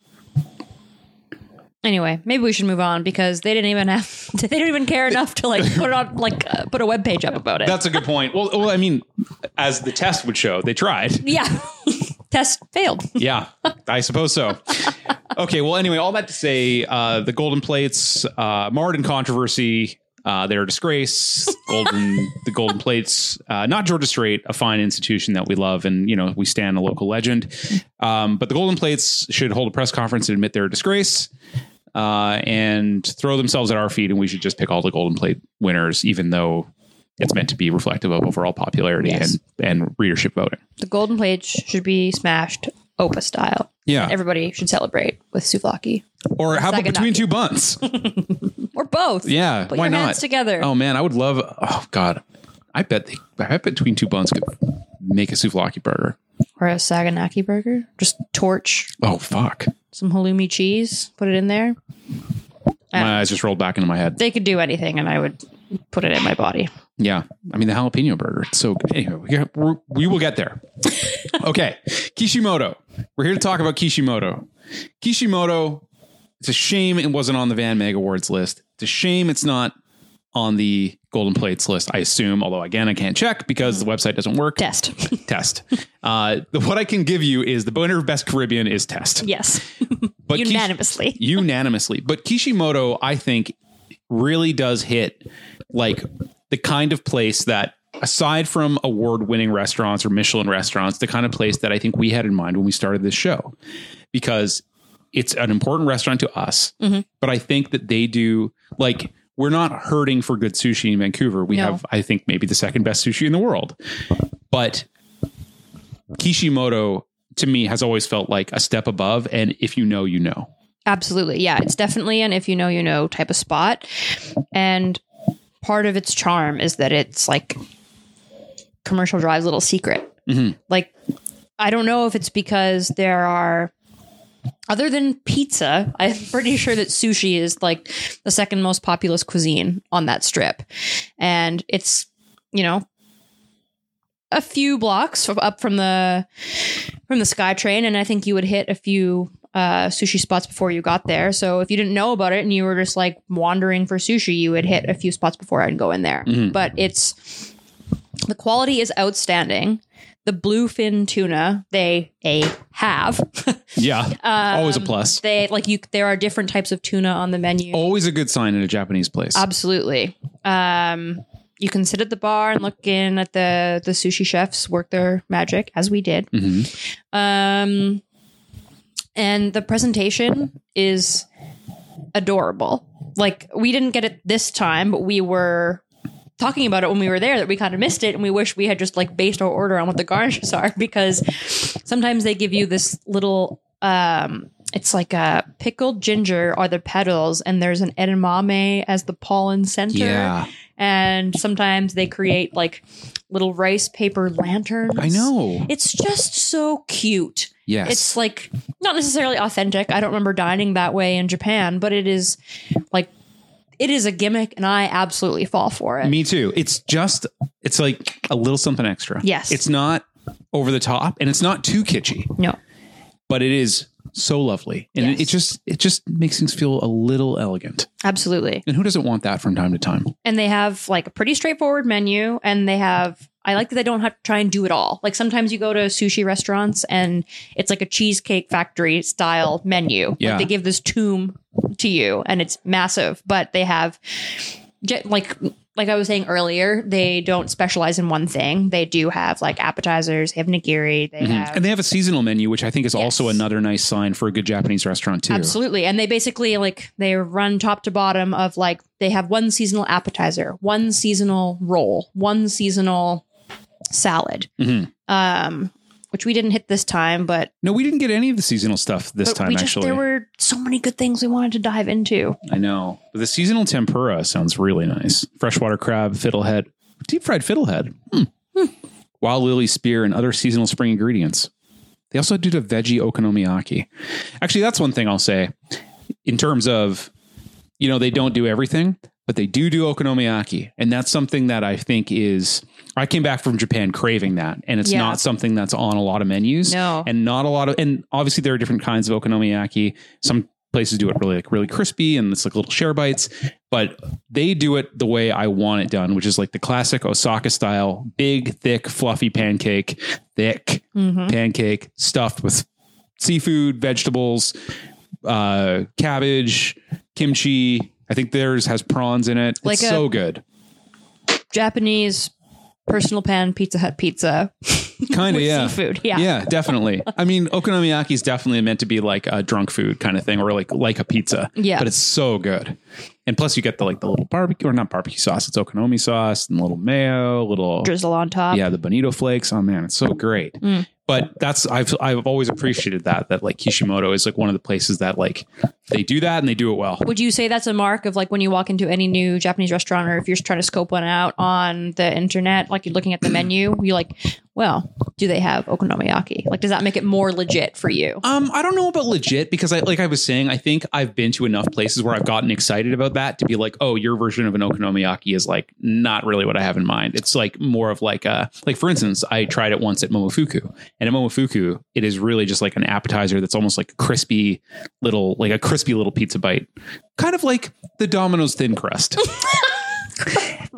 [SPEAKER 5] Anyway, maybe we should move on because they didn't even have. They didn't even care enough to like put it on like uh, put a web page up about it.
[SPEAKER 4] That's a good point. Well, well, I mean, as the test would show, they tried.
[SPEAKER 5] yeah, test failed.
[SPEAKER 4] yeah, I suppose so. Okay, well, anyway, all that to say, uh, the golden plates, uh, marred in controversy. Uh, they're a disgrace. Golden, the golden plates, uh, not Georgia Strait, a fine institution that we love, and you know we stand a local legend. Um, but the golden plates should hold a press conference and admit they're a disgrace, uh, and throw themselves at our feet, and we should just pick all the golden plate winners, even though it's meant to be reflective of overall popularity
[SPEAKER 5] Yes.
[SPEAKER 4] and and readership voting.
[SPEAKER 5] The golden plate should be smashed Opa style.
[SPEAKER 4] Yeah.
[SPEAKER 5] Everybody should celebrate with souvlaki
[SPEAKER 4] Or how about
[SPEAKER 5] Saganaki.
[SPEAKER 4] between two buns?
[SPEAKER 5] or both.
[SPEAKER 4] Yeah,
[SPEAKER 5] Put
[SPEAKER 4] why
[SPEAKER 5] your
[SPEAKER 4] not?
[SPEAKER 5] hands together.
[SPEAKER 4] Oh man, I would love. Oh god, I bet they. I bet between two buns could make a souvlaki burger.
[SPEAKER 5] Or a Saganaki burger. Just torch
[SPEAKER 4] Oh fuck,
[SPEAKER 5] some halloumi cheese, put it in there. Ah.
[SPEAKER 4] my eyes just rolled back into my head.
[SPEAKER 5] They could do anything, and I would put it in my body.
[SPEAKER 4] Yeah, I mean the jalapeno burger. It's so good. Anyway, we, got- we're- we will get there. okay, Kishimoto. We're here to talk about Kishimoto. Kishimoto. It's a shame it wasn't on the Van Meg Awards list. It's a shame it's not on the Golden Plates list. I assume, although again I can't check because the website doesn't work.
[SPEAKER 5] Test.
[SPEAKER 4] test. Uh, the, what I can give you is the winner of Best Caribbean is test.
[SPEAKER 5] yes.
[SPEAKER 4] But Kish-
[SPEAKER 5] Unanimously.
[SPEAKER 4] unanimously. But Kishimoto, I think, really does hit like the kind of place that, aside from award winning restaurants or Michelin restaurants, the kind of place that I think we had in mind when we started this show. Because it's an important restaurant to us, but I think that they do like we're not hurting for good sushi in Vancouver. We
[SPEAKER 5] No.
[SPEAKER 4] have, I think, maybe the second best sushi in the world. But Kishimoto to me has always felt like a step above. And if you know, you know.
[SPEAKER 5] Absolutely. Yeah. It's definitely an if you know, you know type of spot. And part of its charm is that it's like commercial drive's little secret. Like, I don't know if it's because there are, other than pizza, I'm pretty sure that sushi is like the second most populous cuisine on that strip. And it's, you know, a few blocks from- up from the from the SkyTrain, and I think you would hit a few uh, sushi spots before you got there. So if you didn't know about it and you were just like wandering for sushi, you would hit a few spots before and go in there. But it's the quality is outstanding. The bluefin tuna they a have
[SPEAKER 4] Yeah. always a plus.
[SPEAKER 5] Um, they like you. There are different types of tuna on the menu.
[SPEAKER 4] always a good sign in a Japanese place.
[SPEAKER 5] Absolutely. Um, you can sit at the bar and look in at the the sushi chefs work their magic as we did. Um, and the presentation is adorable. Like we didn't get it this time, but we were talking about it when we were there that we kind of missed it and we wish we had just like based our order on what the garnishes are because sometimes they give you this little um it's like a pickled ginger are the petals and there's an edamame as the pollen center
[SPEAKER 4] Yeah.
[SPEAKER 5] and sometimes they create like little rice paper lanterns
[SPEAKER 4] I know.
[SPEAKER 5] it's just so cute
[SPEAKER 4] yes.
[SPEAKER 5] it's like not necessarily authentic. I don't remember dining that way in Japan, but it is like it is a gimmick, and I absolutely fall for it.
[SPEAKER 4] me too. It's just it's like a little something extra.
[SPEAKER 5] Yes.
[SPEAKER 4] It's not over the top and it's not too kitschy,
[SPEAKER 5] no,
[SPEAKER 4] but it is so lovely. And
[SPEAKER 5] Yes.
[SPEAKER 4] it, it just it just makes things feel a little elegant.
[SPEAKER 5] absolutely.
[SPEAKER 4] And who doesn't want that from time to time?
[SPEAKER 5] And they have like a pretty straightforward menu, and they have. I like that they don't have to try and do it all. Like sometimes you go to sushi restaurants and it's like a cheesecake factory style menu. Like,
[SPEAKER 4] Yeah.
[SPEAKER 5] they give this tomb to you and it's massive, but they have ge- like like I was saying earlier, they don't specialize in one thing. They do have like appetizers, they have nigiri, they have
[SPEAKER 4] Mm-hmm. And they have a seasonal menu, which I think is also
[SPEAKER 5] Yes.
[SPEAKER 4] another nice sign for a good Japanese restaurant too.
[SPEAKER 5] Absolutely. And they basically like they run top to bottom of like they have one seasonal appetizer, one
[SPEAKER 4] Mm-hmm.
[SPEAKER 5] seasonal roll, one seasonal salad. Um which we didn't hit this time, but,
[SPEAKER 4] No, we didn't get any of the seasonal stuff this
[SPEAKER 5] but
[SPEAKER 4] time.
[SPEAKER 5] we just
[SPEAKER 4] actually,
[SPEAKER 5] there were so many good things we wanted to dive into.
[SPEAKER 4] I know. But the seasonal tempura sounds really nice. Freshwater crab, fiddlehead, deep fried fiddlehead, Hmm. wild lily spear, and other seasonal spring ingredients. They also do the veggie okonomiyaki. Actually, that's one thing I'll say in terms of, you know, they don't do everything, but they do do okonomiyaki. And that's something that I think is, I came back from Japan craving that. And it's
[SPEAKER 5] Yeah.
[SPEAKER 4] not something that's on a lot of menus
[SPEAKER 5] No.
[SPEAKER 4] and not a lot of and obviously there are different kinds of okonomiyaki some places do it really like really crispy and it's like little share bites but they do it the way i want it done which is like the classic osaka style big thick fluffy pancake thick
[SPEAKER 5] Mm-hmm.
[SPEAKER 4] pancake stuffed with seafood vegetables uh cabbage kimchi i think theirs has prawns in it
[SPEAKER 5] Like
[SPEAKER 4] it's
[SPEAKER 5] a-
[SPEAKER 4] so good
[SPEAKER 5] Japanese personal pan Pizza Hut pizza.
[SPEAKER 4] kind of yeah
[SPEAKER 5] seafood, yeah.
[SPEAKER 4] yeah definitely i mean okonomiyaki is definitely meant to be like a drunk food kind of thing or like like a pizza
[SPEAKER 5] Yeah.
[SPEAKER 4] but it's so good and plus you get the like the little barbecue or not barbecue sauce it's okonomi sauce and little mayo little
[SPEAKER 5] Drizzle Mm. on top.
[SPEAKER 4] yeah the bonito flakes oh man it's so great but that's i've i've always appreciated that that like kishimoto is like one of the places that like they do that and they do it well
[SPEAKER 5] Would you say that's a mark of like when you walk into any new Japanese restaurant or if you're just trying to scope one out on the internet, like you're looking at the menu, you're like, well, do they have okonomiyaki? Like, does that make it more legit for you?
[SPEAKER 4] Um, I don't know about legit because I like I was saying, I think I've been to enough places where I've gotten excited about that to be like, oh, your version of an okonomiyaki is like not really what I have in mind. It's like more of like a like for instance, I tried it once at Momofuku, and at Momofuku, it is really just like an appetizer that's almost like a crispy little like a crispy little pizza bite, kind of like the Domino's thin crust.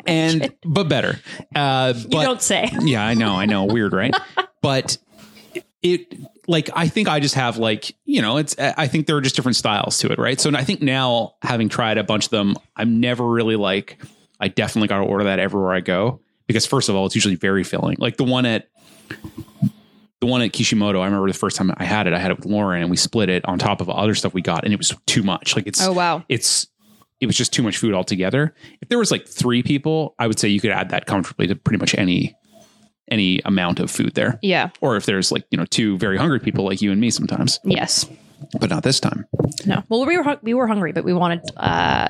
[SPEAKER 4] and but better. Uh, but,
[SPEAKER 5] you don't say.
[SPEAKER 4] yeah, I know, I know. Weird, right? but it like I think I just have like, you know, it's I think there are just different styles to it, right? So I think now having tried a bunch of them, I'm never really like I definitely got to order that everywhere I go because first of all, it's usually very filling. Like the one at the one at Kishimoto, I remember the first time I had it, I had it with Lauren and we split it on top of other stuff we got and it was too much. Like it's
[SPEAKER 5] Oh, wow.
[SPEAKER 4] It's it was just too much food altogether. If there was like 3 people, I would say you could add that comfortably to pretty much any any amount of food there.
[SPEAKER 5] Yeah.
[SPEAKER 4] Or if there's like, you know, two very hungry people like you and me sometimes,
[SPEAKER 5] Yes.
[SPEAKER 4] but not this time.
[SPEAKER 5] No. Well, we were hung- we were hungry, but we wanted uh,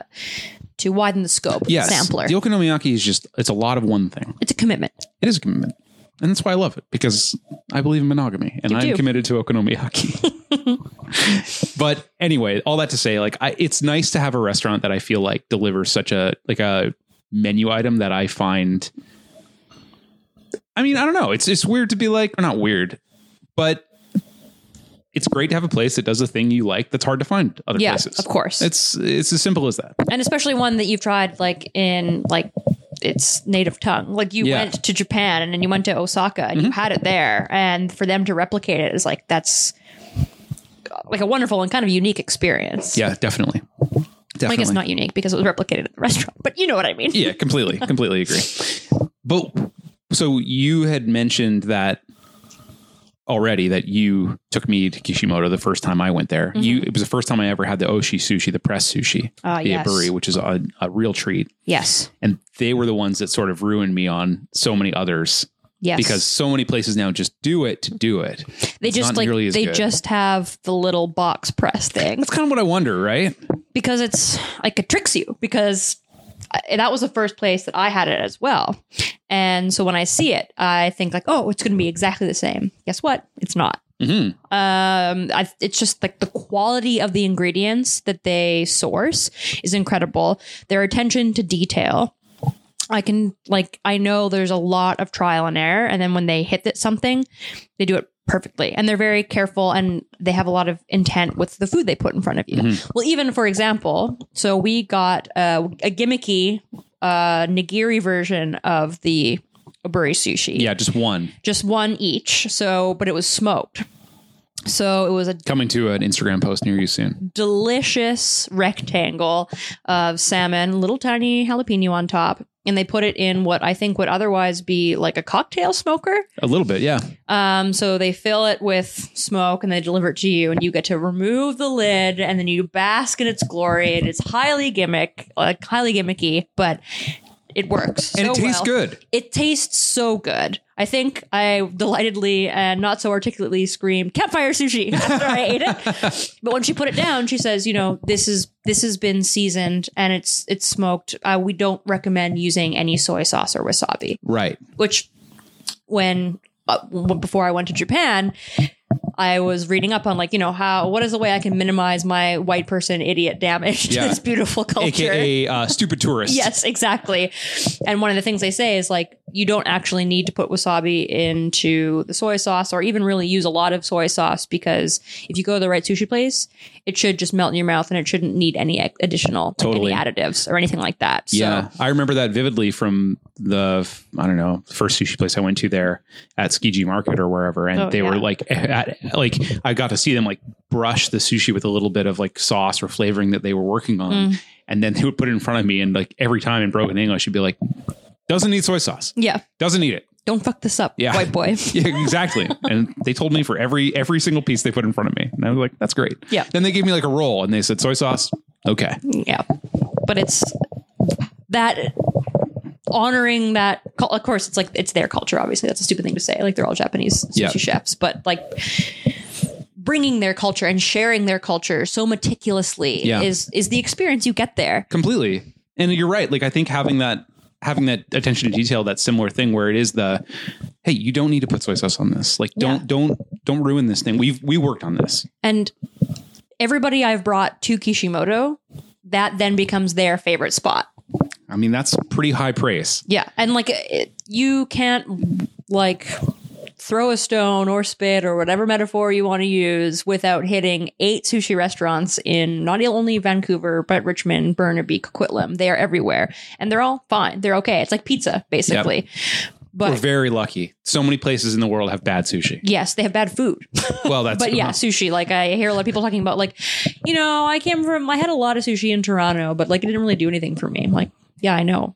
[SPEAKER 5] to widen the scope.
[SPEAKER 4] Yes.
[SPEAKER 5] Sampler.
[SPEAKER 4] The okonomiyaki is just, it's a lot of one thing.
[SPEAKER 5] it's a commitment.
[SPEAKER 4] It is a commitment. And that's why I love it because I believe in monogamy and I'm
[SPEAKER 5] do.
[SPEAKER 4] committed to okonomiyaki. but anyway, all that to say, like, I, it's nice to have a restaurant that I feel like delivers such a, like a menu item that I find. I mean, I don't know. It's, it's weird to be like, or not weird, but it's great to have a place that does a thing you like that's hard to find other
[SPEAKER 5] Yeah,
[SPEAKER 4] places.
[SPEAKER 5] of course.
[SPEAKER 4] It's, it's as simple as that.
[SPEAKER 5] and especially one that you've tried like in like its native tongue like you
[SPEAKER 4] Yeah. Mm-hmm.
[SPEAKER 5] went to japan and then you went to osaka and you had it there and for them to replicate it is like that's uh, like a wonderful and kind of unique experience
[SPEAKER 4] Yeah, definitely. Definitely.
[SPEAKER 5] i guess not unique because it was replicated at the restaurant but you know what i mean
[SPEAKER 4] yeah, completely, completely agree. But so you had mentioned that already that you took me to Kishimoto the first time I went there. You it was the first time I ever had the oshi sushi, the press sushi,
[SPEAKER 5] Mm-hmm. Ah,
[SPEAKER 4] the
[SPEAKER 5] yes.
[SPEAKER 4] aburi, which is a, a real treat.
[SPEAKER 5] yes
[SPEAKER 4] And they were the ones that sort of ruined me on so many others
[SPEAKER 5] yes
[SPEAKER 4] because so many places now just do it to do it.
[SPEAKER 5] they
[SPEAKER 4] it's
[SPEAKER 5] just
[SPEAKER 4] not
[SPEAKER 5] like
[SPEAKER 4] nearly as
[SPEAKER 5] they
[SPEAKER 4] good.
[SPEAKER 5] just have the little box press thing
[SPEAKER 4] That's kind of what I wonder, right?
[SPEAKER 5] because it's like it tricks you because I, that was the first place that I had it as well. And so when I see it, I think like, oh, it's going to be exactly the same. Guess what? It's not.
[SPEAKER 4] Mhm.
[SPEAKER 5] Um, I, it's just like the quality of the ingredients that they source is incredible. Their attention to detail. I can like I know there's a lot of trial and error, and then when they hit that something, they do it perfectly, and they're very careful, and they have a lot of intent with the food they put in front of you. Well, even for example, so we got uh, a gimmicky uh, nigiri version of the aburi sushi,
[SPEAKER 4] Yeah, just one
[SPEAKER 5] just one each. So, but it was smoked. So it was a
[SPEAKER 4] coming to an Instagram post near you soon.
[SPEAKER 5] delicious rectangle of salmon, little tiny jalapeno on top. And they put it in what I think would otherwise be like a cocktail smoker.
[SPEAKER 4] A little bit, yeah.
[SPEAKER 5] Um, so they fill it with smoke and they deliver it to you, and you get to remove the lid, and then you bask in its glory. It is highly gimmick, like highly gimmicky, but it works.
[SPEAKER 4] And
[SPEAKER 5] so
[SPEAKER 4] it tastes
[SPEAKER 5] well.
[SPEAKER 4] good.
[SPEAKER 5] It tastes so good. I think I delightedly and not so articulately screamed campfire sushi after I ate it. But when she put it down, she says, "You know, this is this has been seasoned and it's it's smoked. Uh, we don't recommend using any soy sauce or wasabi."
[SPEAKER 4] Right.
[SPEAKER 5] Which, when uh, w- before I went to Japan, I was reading up on like you know how what is the way I can minimize my white person idiot damage to
[SPEAKER 4] Yeah.
[SPEAKER 5] this beautiful culture,
[SPEAKER 4] AKA uh, stupid tourist.
[SPEAKER 5] Yes, exactly. And one of the things they say is like you don't actually need to put wasabi into the soy sauce or even really use a lot of soy sauce because if you go to the right sushi place, it should just melt in your mouth and it shouldn't need any ex- additional like,
[SPEAKER 4] Totally.
[SPEAKER 5] any additives or anything like that. So
[SPEAKER 4] Yeah, I remember that vividly from the I don't know first sushi place I went to there at Skiji Market or wherever, and
[SPEAKER 5] Oh,
[SPEAKER 4] they were
[SPEAKER 5] yeah.
[SPEAKER 4] like, at, like I got to see them like brush the sushi with a little bit of like sauce or flavoring that they were working on,
[SPEAKER 5] Mm.
[SPEAKER 4] and then they would put it in front of me, and like every time in broken English, you'd be like, "Doesn't need soy sauce,
[SPEAKER 5] yeah,
[SPEAKER 4] doesn't need it."
[SPEAKER 5] don't fuck this up,
[SPEAKER 4] Yeah.
[SPEAKER 5] white boy.
[SPEAKER 4] Yeah, exactly. and they told me for every every single piece they put in front of me, and I was like, "That's great."
[SPEAKER 5] Yeah.
[SPEAKER 4] Then they gave me like a roll, and they said, "Soy sauce." Okay.
[SPEAKER 5] yeah but it's that honoring that cul- of course it's like it's their culture obviously that's a stupid thing to say like they're all japanese sushi
[SPEAKER 4] Yeah.
[SPEAKER 5] chefs but like bringing their culture and sharing their culture so meticulously
[SPEAKER 4] Yeah.
[SPEAKER 5] is is the experience you get there
[SPEAKER 4] completely and you're right like i think having that having that attention to detail that similar thing where it is the hey you don't need to put soy sauce on this like don't
[SPEAKER 5] Yeah.
[SPEAKER 4] don't don't ruin this thing we've we worked on this
[SPEAKER 5] and everybody i've brought to kishimoto that then becomes their favorite spot
[SPEAKER 4] i mean that's pretty high praise
[SPEAKER 5] Yeah, and like it, you can't like throw a stone or spit or whatever metaphor you want to use without hitting eight sushi restaurants in not only Vancouver but Richmond, Burnaby, Coquitlam. They are everywhere, and they're all fine. They're okay. It's like pizza basically,
[SPEAKER 4] we're
[SPEAKER 5] but.
[SPEAKER 4] very lucky so many places in the world have bad sushi
[SPEAKER 5] Yes, they have bad food.
[SPEAKER 4] well that's
[SPEAKER 5] But yeah, sushi. Like I hear a lot of people talking about like, you know, I came from I had a lot of sushi in Toronto, but like it didn't really do anything for me. I'm like, yeah, I know.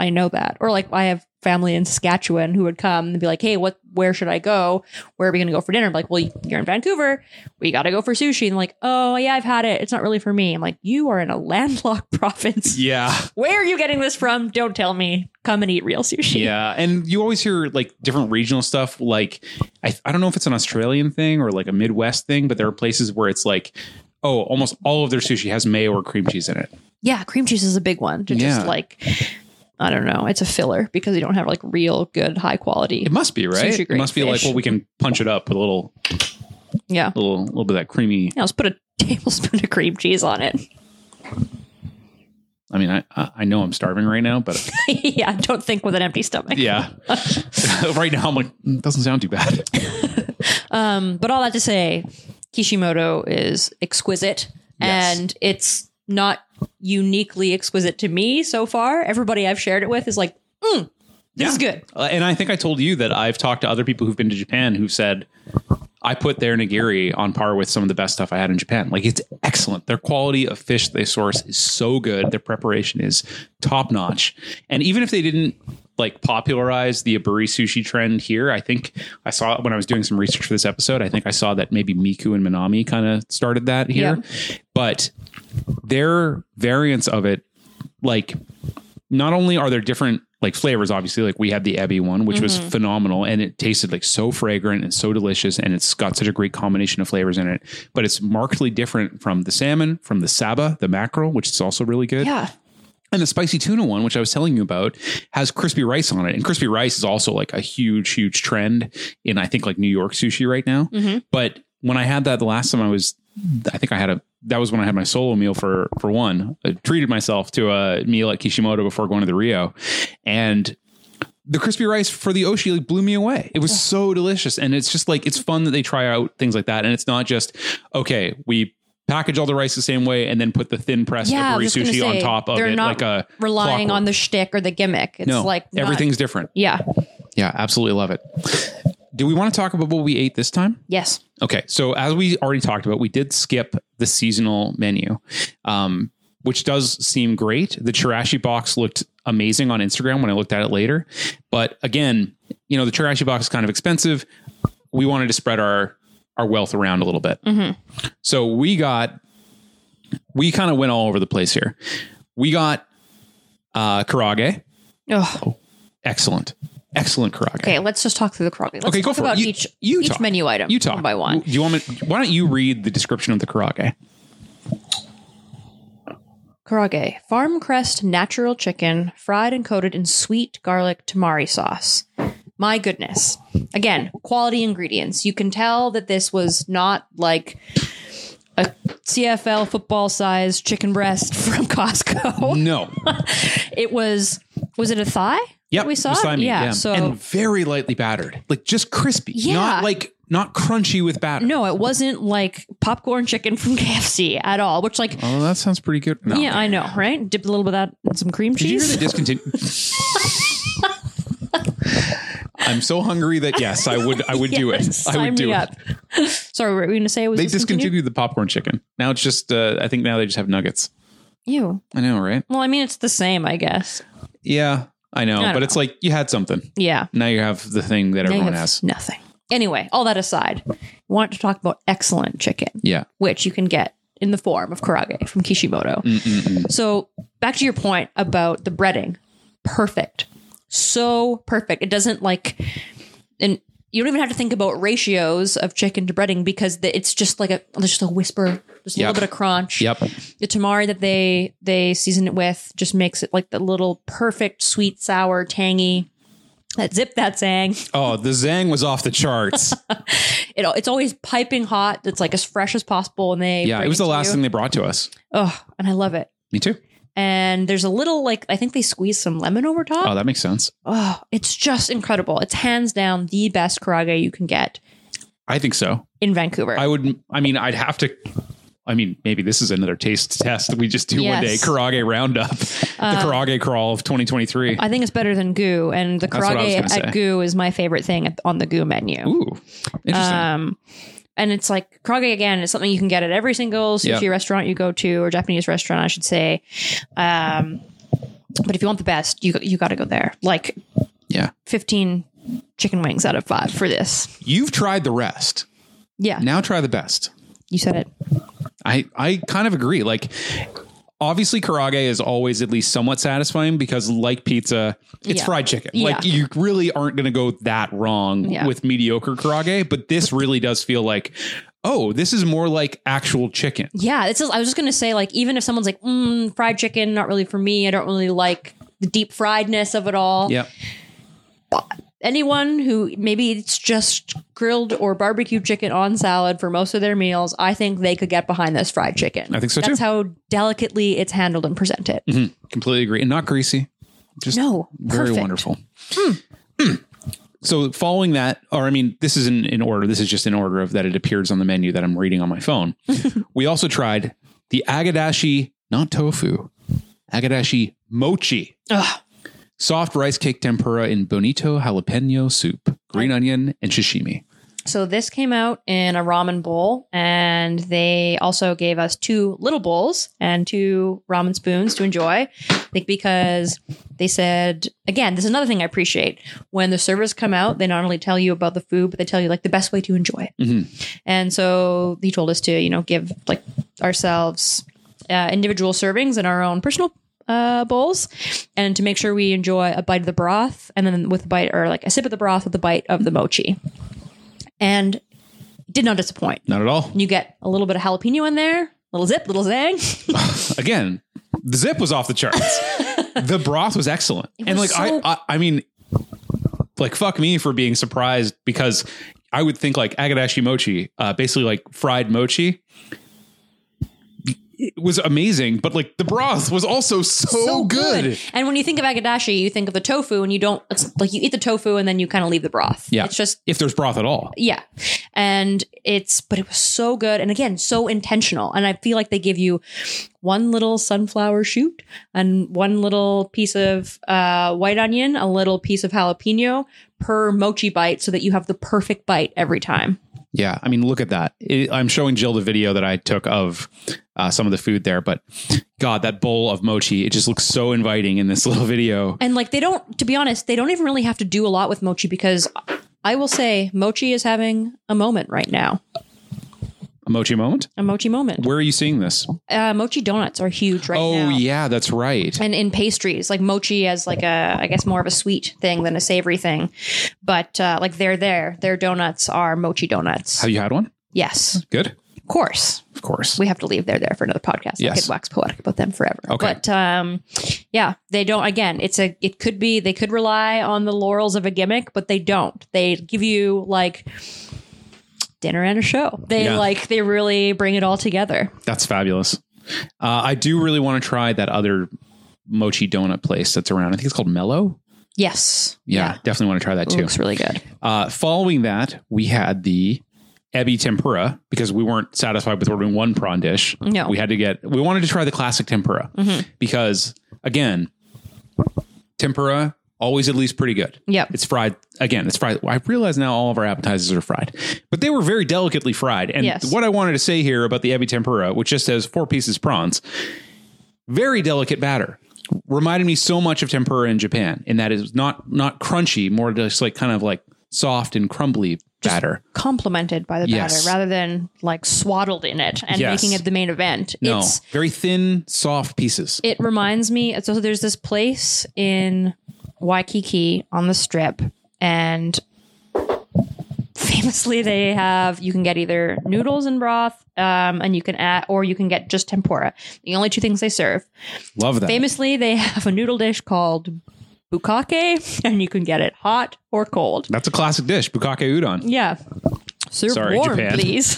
[SPEAKER 5] I know that. Or like I have family in Saskatchewan who would come and be like, "Hey, what where should I go? Where are we going to go for dinner?" I'm like, "Well, you're in Vancouver. We got to go for sushi." And like, "Oh, yeah, I've had it. It's not really for me." I'm like, "You are in a landlocked province.
[SPEAKER 4] yeah
[SPEAKER 5] Where are you getting this from? Don't tell me. Come and eat real sushi."
[SPEAKER 4] Yeah, and you always hear like different regional stuff. Like, I, I don't know if it's an Australian thing or like a Midwest thing, but there are places where it's like, oh, almost all of their sushi has mayo or cream cheese in it.
[SPEAKER 5] yeah, cream cheese is a big one to
[SPEAKER 4] Yeah.
[SPEAKER 5] just like I don't know, it's a filler because you don't have like real good high quality.
[SPEAKER 4] It must be right.
[SPEAKER 5] Sushi
[SPEAKER 4] it must be
[SPEAKER 5] grade
[SPEAKER 4] like,
[SPEAKER 5] fish.
[SPEAKER 4] well, we can punch it up with a little,
[SPEAKER 5] yeah.
[SPEAKER 4] little, little bit of that creamy.
[SPEAKER 5] yeah, let's put a tablespoon of cream cheese on it.
[SPEAKER 4] I mean, I, I I know I'm starving right now, but
[SPEAKER 5] yeah, don't think with an empty stomach.
[SPEAKER 4] yeah, right now I'm like, "Mm, doesn't sound too bad.
[SPEAKER 5] Um, but all that to say, Kishimoto is exquisite
[SPEAKER 4] Yes.
[SPEAKER 5] and it's not uniquely exquisite to me so far. Everybody I've shared it with is like, mm, this
[SPEAKER 4] Yeah.
[SPEAKER 5] is good.
[SPEAKER 4] Uh, and I think I told you that I've talked to other people who've been to Japan who've said I put their nigiri on par with some of the best stuff I had in Japan. Like it's excellent. Their quality of fish they source is so good. Their preparation is top notch. And even if they didn't like popularize the aburi sushi trend here, I think I saw when I was doing some research for this episode, I think I saw that maybe Miku and Minami kind of started that here. But their variants of it like not only are there different like flavors, obviously, like we had the Ebby one, which was phenomenal and it tasted like so fragrant and so delicious. And it's got such a great combination of flavors in it, but it's markedly different from the salmon, from the Saba, the mackerel, which is also really good.
[SPEAKER 5] Yeah.
[SPEAKER 4] And the spicy tuna one, which I was telling you about, has crispy rice on it. And crispy rice is also like a huge, huge trend in, I think, like New York sushi right now. But when I had that the last time I was, I think I had a, that was when I had my solo meal for, for one. I treated myself to a meal at Kishimoto before going to the Rio. And the crispy rice for the Oshi like blew me away. It was so delicious. And it's just like, it's fun that they try out things like that. And it's not just, okay, we package all the rice the same way and then put the thin pressed
[SPEAKER 5] Yeah, I
[SPEAKER 4] aburi
[SPEAKER 5] was just
[SPEAKER 4] sushi
[SPEAKER 5] gonna
[SPEAKER 4] on
[SPEAKER 5] say,
[SPEAKER 4] top of
[SPEAKER 5] they're
[SPEAKER 4] it,
[SPEAKER 5] not
[SPEAKER 4] like a
[SPEAKER 5] Relying
[SPEAKER 4] clockwork.
[SPEAKER 5] on the shtick or the gimmick. It's
[SPEAKER 4] no,
[SPEAKER 5] like not-
[SPEAKER 4] everything's different.
[SPEAKER 5] Yeah.
[SPEAKER 4] Yeah, absolutely love it. Do we want to talk about what we ate this time?
[SPEAKER 5] Yes.
[SPEAKER 4] Okay, so as we already talked about, we did skip the seasonal menu, um, which does seem great. The chirashi box looked amazing on Instagram when I looked at it later, but again, you know, the chirashi box is kind of expensive. We wanted to spread our our wealth around a little bit,
[SPEAKER 5] Mm-hmm.
[SPEAKER 4] so we got we kind of went all over the place here. We got uh, karage,
[SPEAKER 5] Ugh.
[SPEAKER 4] excellent. Excellent karage.
[SPEAKER 5] Okay, let's just talk through the karage. Let's
[SPEAKER 4] Okay, go
[SPEAKER 5] talk
[SPEAKER 4] for it.
[SPEAKER 5] about
[SPEAKER 4] You-
[SPEAKER 5] each
[SPEAKER 4] you
[SPEAKER 5] each
[SPEAKER 4] talk.
[SPEAKER 5] menu item
[SPEAKER 4] You talk
[SPEAKER 5] one by one.
[SPEAKER 4] Do you want me? Why don't you read the description of the karage?
[SPEAKER 5] Karage, farm crest natural chicken, fried and coated in sweet garlic tamari sauce. My goodness. Again, quality ingredients. You can tell that this was not like a CFL football sized chicken breast from Costco.
[SPEAKER 4] No.
[SPEAKER 5] It was was it a thigh?
[SPEAKER 4] Yep.
[SPEAKER 5] that we saw
[SPEAKER 4] the
[SPEAKER 5] it?
[SPEAKER 4] thigh meat,
[SPEAKER 5] yeah, So
[SPEAKER 4] and very lightly battered, like just crispy,
[SPEAKER 5] Yeah.
[SPEAKER 4] not like not crunchy with batter.
[SPEAKER 5] no, it wasn't like popcorn chicken from KFC at all, which like
[SPEAKER 4] Oh, that sounds pretty good. No.
[SPEAKER 5] yeah, I know, right? Dipped a little bit of that in some cream
[SPEAKER 4] Did you
[SPEAKER 5] cheese.
[SPEAKER 4] hear the discontinue? I'm so hungry that yes, I would. I would do it.
[SPEAKER 5] Yes,
[SPEAKER 4] I would
[SPEAKER 5] sign
[SPEAKER 4] do
[SPEAKER 5] me
[SPEAKER 4] it.
[SPEAKER 5] up. Sorry, what were we going to say? It Was
[SPEAKER 4] They
[SPEAKER 5] discontinued?
[SPEAKER 4] discontinued the popcorn chicken. Now it's just. Uh, I think now they just have nuggets.
[SPEAKER 5] Ew.
[SPEAKER 4] I know, right?
[SPEAKER 5] Well, I mean, it's the same, I guess.
[SPEAKER 4] Yeah, I know.
[SPEAKER 5] don't
[SPEAKER 4] but it's like you had something.
[SPEAKER 5] Yeah.
[SPEAKER 4] Now you have the thing that everyone
[SPEAKER 5] Negative.
[SPEAKER 4] has.
[SPEAKER 5] Nothing. Anyway, all that aside, I want to talk about excellent chicken,
[SPEAKER 4] Yeah.
[SPEAKER 5] which you can get in the form of karage from Kishimoto.
[SPEAKER 4] Mm,
[SPEAKER 5] So back to your point about the breading. Perfect. So perfect. It doesn't like, and you don't even have to think about ratios of chicken to breading because the, it's just like a, there's just a whisper, just a
[SPEAKER 4] Yep.
[SPEAKER 5] little bit of crunch.
[SPEAKER 4] Yep.
[SPEAKER 5] the tamari that they they season it with just makes it like the little perfect sweet sour tangy that zip that sang
[SPEAKER 4] Oh, the Zang was off the charts.
[SPEAKER 5] it, al- it's always piping hot it's like as fresh as possible and they
[SPEAKER 4] yeah,
[SPEAKER 5] bring
[SPEAKER 4] it was the
[SPEAKER 5] to
[SPEAKER 4] last
[SPEAKER 5] you.
[SPEAKER 4] thing they brought to us.
[SPEAKER 5] oh and i love it
[SPEAKER 4] Me too.
[SPEAKER 5] and there's a little like i think they squeeze some lemon over
[SPEAKER 4] Oh,
[SPEAKER 5] top
[SPEAKER 4] that makes sense.
[SPEAKER 5] oh it's just incredible it's hands down the best karage you can get
[SPEAKER 4] I think so.
[SPEAKER 5] in vancouver
[SPEAKER 4] I would. I mean, I'd have to. I mean, maybe this is another taste test we just do one day.
[SPEAKER 5] Yes. Uh,
[SPEAKER 4] Karage roundup, the Karage crawl of 2023.
[SPEAKER 5] I think it's better than goo, and the
[SPEAKER 4] That's what I was
[SPEAKER 5] karage at
[SPEAKER 4] gonna say.
[SPEAKER 5] goo is my favorite thing at- on the goo menu.
[SPEAKER 4] Ooh, interesting.
[SPEAKER 5] Um, and it's like karage again is something you can get at every single sushi
[SPEAKER 4] Yeah.
[SPEAKER 5] restaurant you go to or Japanese restaurant, I should say. Um, but if you want the best, you you got to go there. Like
[SPEAKER 4] yeah,
[SPEAKER 5] fifteen chicken wings out of five for this.
[SPEAKER 4] you've tried the rest.
[SPEAKER 5] Yeah,
[SPEAKER 4] Now try the best.
[SPEAKER 5] you said it.
[SPEAKER 4] I I kind of agree. Like obviously karage is always at least somewhat satisfying because like pizza, it's
[SPEAKER 5] Yeah.
[SPEAKER 4] fried chicken.
[SPEAKER 5] Yeah.
[SPEAKER 4] Like you really aren't going to go that wrong
[SPEAKER 5] Yeah.
[SPEAKER 4] with mediocre karage, but this really does feel like oh, this is more like actual chicken.
[SPEAKER 5] Yeah, it's. Just, I was just gonna say, like, even if someone's like, mm, fried chicken, not really for me. I don't really like the deep friedness of it all.
[SPEAKER 4] Yeah.
[SPEAKER 5] anyone who maybe it's just grilled or barbecue chicken on salad for most of their meals, I think they could get behind this fried chicken.
[SPEAKER 4] I think so,
[SPEAKER 5] That's
[SPEAKER 4] too.
[SPEAKER 5] how delicately it's handled and presented.
[SPEAKER 4] Completely agree. And not greasy. Just
[SPEAKER 5] No,
[SPEAKER 4] very
[SPEAKER 5] perfect. Hmm.
[SPEAKER 4] wonderful. Mm. So following that, or I mean, this isn't in order. This is just in order of that it appears on the menu that I'm reading on my phone. we also tried the agadashi, not tofu, agadashi mochi,
[SPEAKER 5] Ugh.
[SPEAKER 4] soft rice cake tempura in bonito jalapeno soup, green onion, and sashimi.
[SPEAKER 5] So this came out in a ramen bowl, and they also gave us two little bowls and two ramen spoons to enjoy. I think because they said again, this is another thing I appreciate when the servers come out. They not only tell you about the food, but they tell you like the best way to enjoy it. And so he told us to you know give like ourselves uh, individual servings in our own personal. Uh, bowls and to make sure we enjoy a bite of the broth and then with a bite or like a sip of the broth with a bite of the mochi and did not disappoint.
[SPEAKER 4] Not at all.
[SPEAKER 5] You get a little bit of jalapeno in there, little zip, little zang.
[SPEAKER 4] Again, the zip was off the charts. the broth was excellent, and like
[SPEAKER 5] was so-
[SPEAKER 4] I, I, I mean, like fuck me for being surprised because I would think like agadashi mochi, uh, basically like fried mochi. It was amazing, but like the broth was also so, Oh, good.
[SPEAKER 5] And when you think of agadashi, you think of the tofu, and you don't. It's like you eat the tofu and then you kind of leave the broth.
[SPEAKER 4] Yeah,
[SPEAKER 5] it's just
[SPEAKER 4] if there's broth at all.
[SPEAKER 5] yeah, and it's but it was so good, and again so intentional. And I feel like they give you one little sunflower shoot and one little piece of uh, white onion, a little piece of jalapeno per mochi bite, so that you have the perfect bite every time.
[SPEAKER 4] Yeah, I mean, look at that. It, I'm showing Jill the video that I took of uh, some of the food there, but God, that bowl of mochi, it just looks so inviting in this little video.
[SPEAKER 5] And like they don't, to be honest, they don't even really have to do a lot with Mochi because I will say Mochi is having a moment right now.
[SPEAKER 4] A mochi moment.
[SPEAKER 5] A mochi moment.
[SPEAKER 4] Where are you seeing this?
[SPEAKER 5] Uh, mochi donuts are huge right now.
[SPEAKER 4] oh yeah, that's right.
[SPEAKER 5] and in pastries like mochi as like a i guess more of a sweet thing than a savory thing but uh, like they're there their donuts are mochi donuts
[SPEAKER 4] Have you had one?
[SPEAKER 5] yes
[SPEAKER 4] Good.
[SPEAKER 5] of course
[SPEAKER 4] Of course.
[SPEAKER 5] we have to leave there there for another podcast i
[SPEAKER 4] Yes.
[SPEAKER 5] could wax poetic about them forever
[SPEAKER 4] Okay.
[SPEAKER 5] but um yeah they don't again it's a it could be they could rely on the laurels of a gimmick but they don't they give you like dinner and a show they
[SPEAKER 4] Yeah.
[SPEAKER 5] like they really bring it all together
[SPEAKER 4] That's fabulous. Uh, I do really want to try that other mochi donut place that's around. I think it's called Mellow.
[SPEAKER 5] yes
[SPEAKER 4] Yeah, definitely want to try that
[SPEAKER 5] It
[SPEAKER 4] too.
[SPEAKER 5] looks really good
[SPEAKER 4] Uh, following that, we had the ebi tempura because we weren't satisfied with ordering one prawn dish.
[SPEAKER 5] No. Mm-hmm.
[SPEAKER 4] we had to get. We wanted to try the classic tempura because again, tempura always at least pretty good.
[SPEAKER 5] Yep.
[SPEAKER 4] it's fried. Again, it's fried. I realize now all of our appetizers are fried, but they were very delicately fried. And
[SPEAKER 5] Yes.
[SPEAKER 4] what I wanted to say here about the ebi tempura, which just has four pieces prawns, very delicate batter. Reminded me so much of tempura in Japan in that it's not not crunchy, more just like kind of like soft and crumbly batter.
[SPEAKER 5] complemented by the
[SPEAKER 4] Yes.
[SPEAKER 5] batter rather than like swaddled in it and
[SPEAKER 4] Yes.
[SPEAKER 5] making it the main event.
[SPEAKER 4] No,
[SPEAKER 5] It's
[SPEAKER 4] very thin, soft pieces.
[SPEAKER 5] it reminds me so there's this place in Waikiki on the strip and famously they have you can get either noodles and broth um, and you can add or you can get just tempura the only two things they serve
[SPEAKER 4] Love that.
[SPEAKER 5] famously they have a noodle dish called bukake and you can get it hot or cold
[SPEAKER 4] That's a classic dish, bukkake udon.
[SPEAKER 5] yeah. Serve
[SPEAKER 4] Sorry,
[SPEAKER 5] warm,
[SPEAKER 4] Japan.
[SPEAKER 5] please.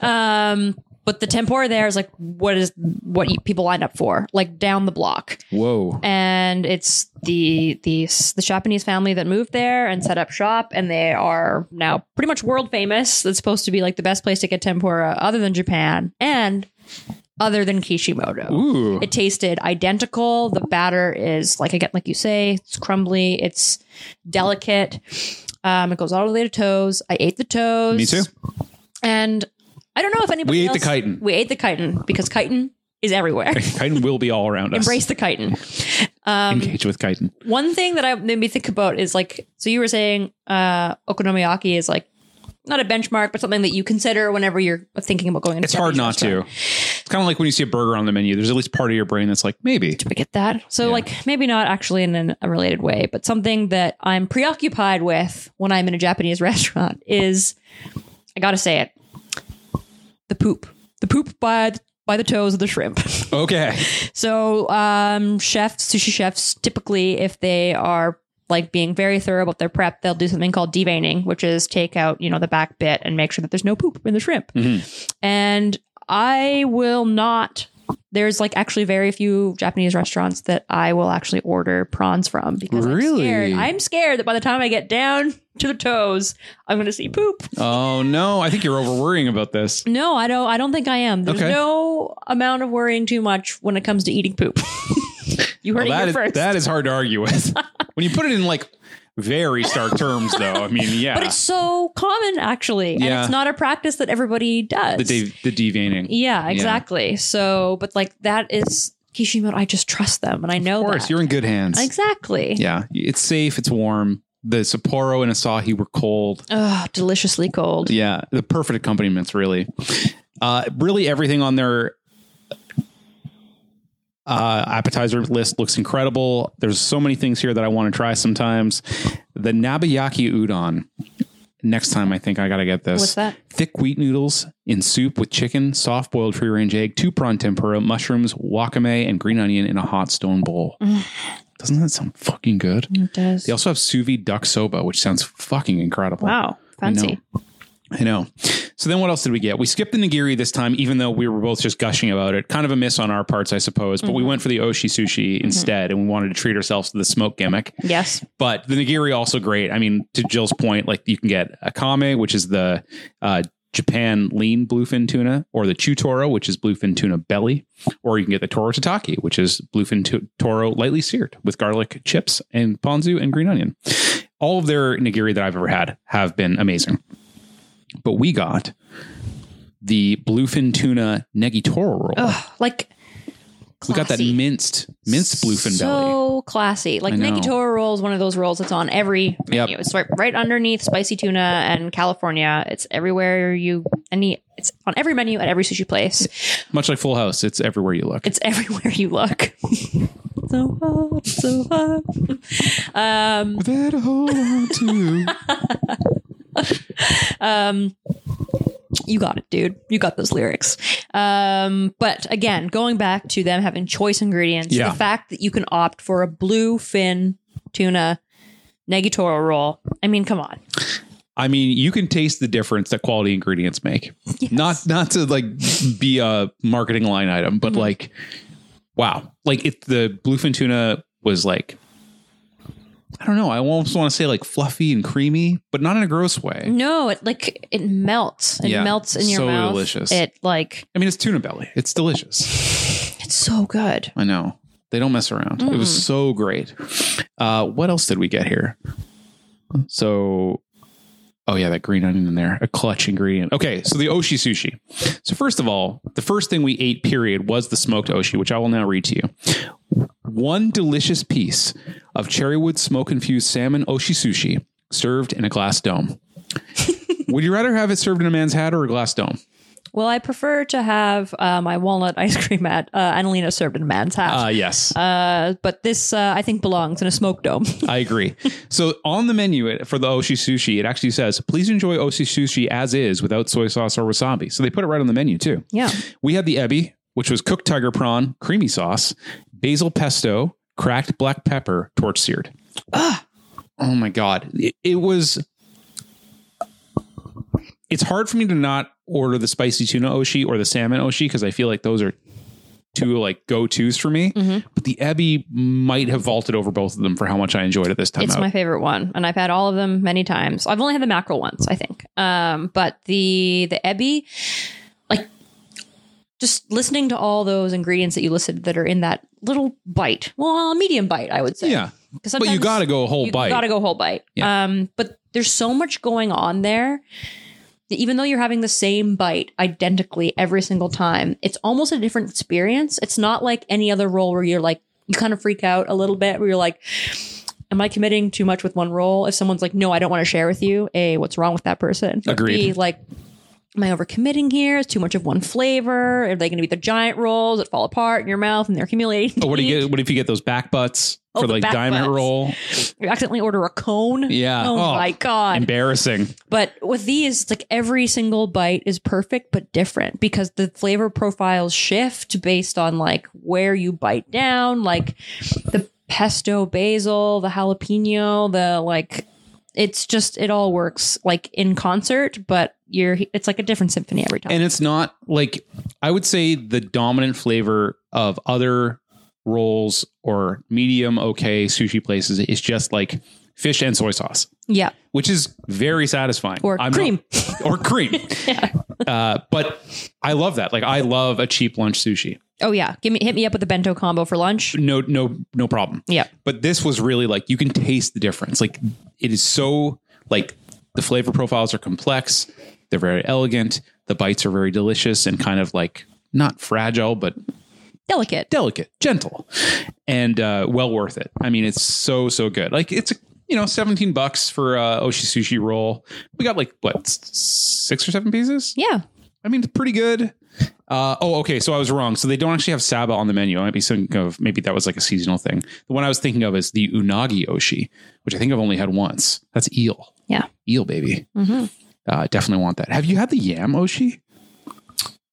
[SPEAKER 5] um, but the tempura there is like what is what you, people line up for, like down the block,
[SPEAKER 4] Whoa.
[SPEAKER 5] and it's the the the Japanese family that moved there and set up shop, and they are now pretty much world famous. That's supposed to be like the best place to get tempura other than Japan and other than Kishimoto.
[SPEAKER 4] Ooh.
[SPEAKER 5] It tasted identical. The batter is like again, like you say, it's crumbly. It's delicate. Um, it goes all the way to toes. I ate the toes.
[SPEAKER 4] Me too.
[SPEAKER 5] And I don't know if anybody
[SPEAKER 4] We ate
[SPEAKER 5] else,
[SPEAKER 4] the chitin.
[SPEAKER 5] We ate the chitin because chitin is everywhere.
[SPEAKER 4] Chitin will be all around us.
[SPEAKER 5] Embrace the chitin. Um,
[SPEAKER 4] Engage with chitin.
[SPEAKER 5] One thing that I made me think about is like, so you were saying uh, okonomiyaki is like not a benchmark, but something that you consider whenever you're thinking about going. Into
[SPEAKER 4] It's hard
[SPEAKER 5] Japanese
[SPEAKER 4] not
[SPEAKER 5] restaurant.
[SPEAKER 4] to. It's kind of like when you see a burger on the menu. There's at least part of your brain that's like, maybe.
[SPEAKER 5] I get that. So,
[SPEAKER 4] Yeah.
[SPEAKER 5] like, maybe not actually in an, a related way, but something that I'm preoccupied with when I'm in a Japanese restaurant is, I gotta say it, the poop, the poop by the, by the toes of the shrimp.
[SPEAKER 4] Okay.
[SPEAKER 5] so, um, chefs, sushi chefs, typically if they are like being very thorough about their prep, they'll do something called deveining, which is take out you know the back bit and make sure that there's no poop in the shrimp and I will not. There's like actually very few Japanese restaurants that I will actually order prawns from because
[SPEAKER 4] Really?
[SPEAKER 5] I'm scared. I'm scared that by the time I get down to the toes, I'm going to see poop.
[SPEAKER 4] Oh, no. I think you're over worrying about this.
[SPEAKER 5] No, I don't. I don't think I am. There's
[SPEAKER 4] Okay.
[SPEAKER 5] no amount of worrying too much when it comes to eating poop. you
[SPEAKER 4] Well,
[SPEAKER 5] heard it
[SPEAKER 4] that
[SPEAKER 5] here
[SPEAKER 4] is-
[SPEAKER 5] first.
[SPEAKER 4] that is hard to argue with. when you put it in like very stark terms, though, I mean, yeah,
[SPEAKER 5] but it's so common, actually, and
[SPEAKER 4] Yeah.
[SPEAKER 5] it's not a practice that everybody does.
[SPEAKER 4] the de- the deveining.
[SPEAKER 5] yeah, exactly. So, but like that is Kishimoto. I just trust them, and I know
[SPEAKER 4] Of course,
[SPEAKER 5] that.
[SPEAKER 4] you're in good hands.
[SPEAKER 5] Exactly.
[SPEAKER 4] Yeah, it's safe. It's warm. The Sapporo and Asahi were cold.
[SPEAKER 5] Oh, deliciously cold.
[SPEAKER 4] Yeah, the perfect accompaniments, really. Uh, really, everything on their uh, appetizer list looks incredible. There's so many things here that I want to try sometimes. The Nabayaki udon. Next time, I think I got to get this.
[SPEAKER 5] What's that?
[SPEAKER 4] Thick wheat noodles in soup with chicken, soft boiled free range egg, two prawn tempura, mushrooms, wakame, and green onion in a hot stone bowl. Doesn't that sound fucking good?
[SPEAKER 5] Mm. It does.
[SPEAKER 4] They also have sous vide duck soba, which sounds fucking incredible.
[SPEAKER 5] Wow. Fancy.
[SPEAKER 4] I know. So then what else did we get? We skipped the nigiri this time, even though we were both just gushing about it. Kind of a miss on our parts, I suppose, but we went for the oshi sushi instead and we wanted to treat ourselves to the smoke gimmick.
[SPEAKER 5] Yes.
[SPEAKER 4] But the nigiri also great. I mean, to Jill's point, like you can get akame, which is the uh, Japan lean bluefin tuna, or the chutora, which is bluefin tuna belly, or you can get the toro tataki, which is bluefin tu- toro lightly seared with garlic chips and ponzu and green onion. All of their nigiri that I've ever had have been amazing. But we got the bluefin tuna negi toro roll.
[SPEAKER 5] Ugh, like
[SPEAKER 4] We got that
[SPEAKER 5] Oh, Classy.
[SPEAKER 4] minced minced bluefin
[SPEAKER 5] so
[SPEAKER 4] belly.
[SPEAKER 5] classy. Like
[SPEAKER 4] I know.
[SPEAKER 5] Negatoro roll is one of those rolls that's on every menu.
[SPEAKER 4] Yep.
[SPEAKER 5] It's right, right underneath spicy tuna and California. It's everywhere you any. It's on every menu at every sushi place.
[SPEAKER 4] Much like Full House, it's everywhere you look.
[SPEAKER 5] It's everywhere you look. so hot, so hot. Um,
[SPEAKER 4] that hold on to.
[SPEAKER 5] um, you got it, dude. You got those lyrics. Um, but again, going back to them having choice ingredients,
[SPEAKER 4] Yeah.
[SPEAKER 5] the fact that you can opt for a blue fin tuna negatoro roll. I mean, come on.
[SPEAKER 4] I mean, you can taste the difference that quality ingredients make. Not not to like be a marketing line item, but like wow. Like if the bluefin tuna was like I don't know, I almost want to say like fluffy and creamy, but not in a gross way.
[SPEAKER 5] No, it like it melts. It
[SPEAKER 4] Yeah,
[SPEAKER 5] melts in your
[SPEAKER 4] so
[SPEAKER 5] mouth.
[SPEAKER 4] delicious.
[SPEAKER 5] It like
[SPEAKER 4] I mean, it's tuna belly. It's delicious.
[SPEAKER 5] it's so good.
[SPEAKER 4] I know. They don't mess around. It was so great. Uh, what else did we get here? So, oh yeah, that green onion in there, a clutch ingredient. Okay, so the oshi sushi. So first of all, the first thing we ate, period, was the smoked oshi, which I will now read to you. One delicious piece of cherrywood smoke infused salmon oshi sushi served in a glass dome. Would you rather have it served in a man's hat or a glass dome?
[SPEAKER 5] Well, I prefer to have uh, my walnut ice cream at uh, Annalena served in a man's hat.
[SPEAKER 4] yes.
[SPEAKER 5] uh, but this, uh, I think, belongs in a smoke dome.
[SPEAKER 4] I agree. so on the menu it- for the Oshi sushi, it actually says, please enjoy Oshi sushi as is without soy sauce or wasabi. So they put it right on the menu too.
[SPEAKER 5] yeah.
[SPEAKER 4] We had the ebi, which was cooked tiger prawn, creamy sauce, basil pesto, cracked black pepper, torch seared.
[SPEAKER 5] Ah!
[SPEAKER 4] Oh my God. It, it was. It's hard for me to not order the spicy tuna Oshi or the salmon Oshi because I feel like those are two like go tos for me.
[SPEAKER 5] Mm-hmm.
[SPEAKER 4] But the ebi might have vaulted over both of them for how much I enjoyed it this time
[SPEAKER 5] it's
[SPEAKER 4] out.
[SPEAKER 5] my favorite one, and I've had all of them many times. I've only had the mackerel once, I think. Um, but the the ebi, like, just listening to all those ingredients that you listed that are in that little bite, well, medium bite, I would say.
[SPEAKER 4] yeah.
[SPEAKER 5] 'Cause
[SPEAKER 4] But you
[SPEAKER 5] sometimes
[SPEAKER 4] got to go a whole
[SPEAKER 5] you
[SPEAKER 4] bite.
[SPEAKER 5] gotta go whole bite.
[SPEAKER 4] Yeah.
[SPEAKER 5] Um, but there's so much going on there. that Even though you're having the same bite identically every single time, it's almost a different experience. It's not like any other roll where you're like, you kind of freak out a little bit, where you're like, am I committing too much with one roll? If someone's like, no, I don't want to share with you, A, what's wrong with that person? But
[SPEAKER 4] Agreed.
[SPEAKER 5] B, like, am I overcommitting here? Is too much of one flavor? Are they going to be the giant rolls that fall apart in your mouth and they're accumulating?
[SPEAKER 4] Oh, what do you get? What if you get those back butts
[SPEAKER 5] Oh,
[SPEAKER 4] for
[SPEAKER 5] the
[SPEAKER 4] like
[SPEAKER 5] back
[SPEAKER 4] diamond
[SPEAKER 5] butts.
[SPEAKER 4] roll?
[SPEAKER 5] You accidentally order a cone?
[SPEAKER 4] Yeah.
[SPEAKER 5] Oh,
[SPEAKER 4] Oh,
[SPEAKER 5] my God.
[SPEAKER 4] Embarrassing.
[SPEAKER 5] But with these, it's like every single bite is perfect but different because the flavor profiles shift based on like where you bite down, like the pesto basil, the jalapeno, the like it's just it all works like in concert, but you're it's like a different symphony every time.
[SPEAKER 4] And it's not like I would say the dominant flavor of other rolls or medium okay sushi places is just like fish and soy sauce,
[SPEAKER 5] yeah.
[SPEAKER 4] which is very satisfying.
[SPEAKER 5] Or
[SPEAKER 4] not-
[SPEAKER 5] cream.
[SPEAKER 4] or cream. uh, but I love that. Like I love a cheap lunch sushi.
[SPEAKER 5] Oh yeah. Give me hit me up with a bento combo for lunch.
[SPEAKER 4] No, no, no problem.
[SPEAKER 5] Yeah.
[SPEAKER 4] but this was really like you can taste the difference like it is so like the flavor profiles are complex they're very elegant the bites are very delicious and kind of like not fragile but
[SPEAKER 5] Delicate.
[SPEAKER 4] delicate gentle and uh, well worth it i mean it's so so good like it's you know 17 bucks for uh oshi sushi roll we got like what s- six or seven pieces
[SPEAKER 5] Yeah.
[SPEAKER 4] I mean, it's pretty good. Uh, oh, okay. So I was wrong. So they don't actually have Saba on the menu. I might be thinking of maybe that was like a seasonal thing. The one I was thinking of is the Unagi Oshi, which I think I've only had once. That's eel.
[SPEAKER 5] Yeah.
[SPEAKER 4] Eel, baby.
[SPEAKER 5] Mm-hmm.
[SPEAKER 4] Uh, definitely want that. Have you had the Yam Oshi?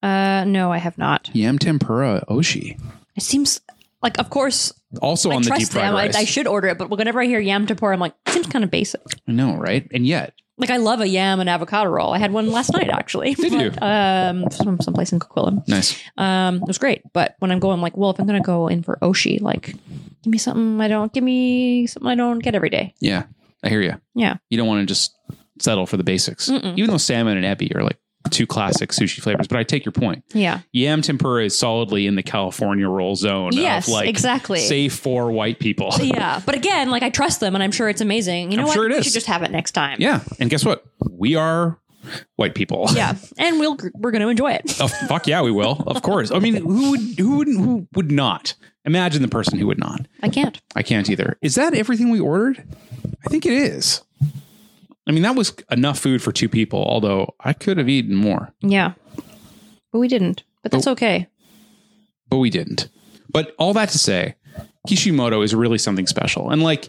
[SPEAKER 5] Uh no, I have not.
[SPEAKER 4] Yam Tempura Oshi.
[SPEAKER 5] It seems like of course
[SPEAKER 4] Also on
[SPEAKER 5] I
[SPEAKER 4] the deep
[SPEAKER 5] trust
[SPEAKER 4] fried
[SPEAKER 5] them. I,
[SPEAKER 4] rice.
[SPEAKER 5] I should order it, but whenever I hear yam tempura, I'm like, it seems kind of basic.
[SPEAKER 4] I know, right? And yet,
[SPEAKER 5] Like I love a yam and avocado roll. I had one last night actually.
[SPEAKER 4] Did you?
[SPEAKER 5] Um, some someplace in Coquitlam.
[SPEAKER 4] nice.
[SPEAKER 5] Um, it was great. But when I'm going, I'm like, well, if I'm gonna go in for Oshi, like, give me something I don't, give me something I don't get every day.
[SPEAKER 4] Yeah, I hear you.
[SPEAKER 5] Yeah.
[SPEAKER 4] You don't want to just settle for the basics, even though salmon and ebi are like two classic sushi flavors. But I take your point.
[SPEAKER 5] Yeah.
[SPEAKER 4] yam tempura is solidly in the California roll zone.
[SPEAKER 5] Yes,
[SPEAKER 4] of like
[SPEAKER 5] exactly.
[SPEAKER 4] Safe for white people.
[SPEAKER 5] Yeah. But again, like I trust them and I'm sure it's amazing. You know
[SPEAKER 4] I'm
[SPEAKER 5] what?
[SPEAKER 4] sure it
[SPEAKER 5] we
[SPEAKER 4] is.
[SPEAKER 5] should just have it next time.
[SPEAKER 4] yeah, and guess what? We are white people.
[SPEAKER 5] Yeah, and we'll we're going to enjoy it.
[SPEAKER 4] Oh, fuck yeah, we will. Of course. I mean, who would who wouldn't who would not? Imagine the person who would not.
[SPEAKER 5] I can't.
[SPEAKER 4] I can't either. Is that everything we ordered? I think it is. I mean, that was enough food for two people, although I could have eaten more,
[SPEAKER 5] Yeah, but we didn't. But
[SPEAKER 4] Oh.
[SPEAKER 5] that's okay.
[SPEAKER 4] but we didn't. But all that to say, Kishimoto is really something special. And like,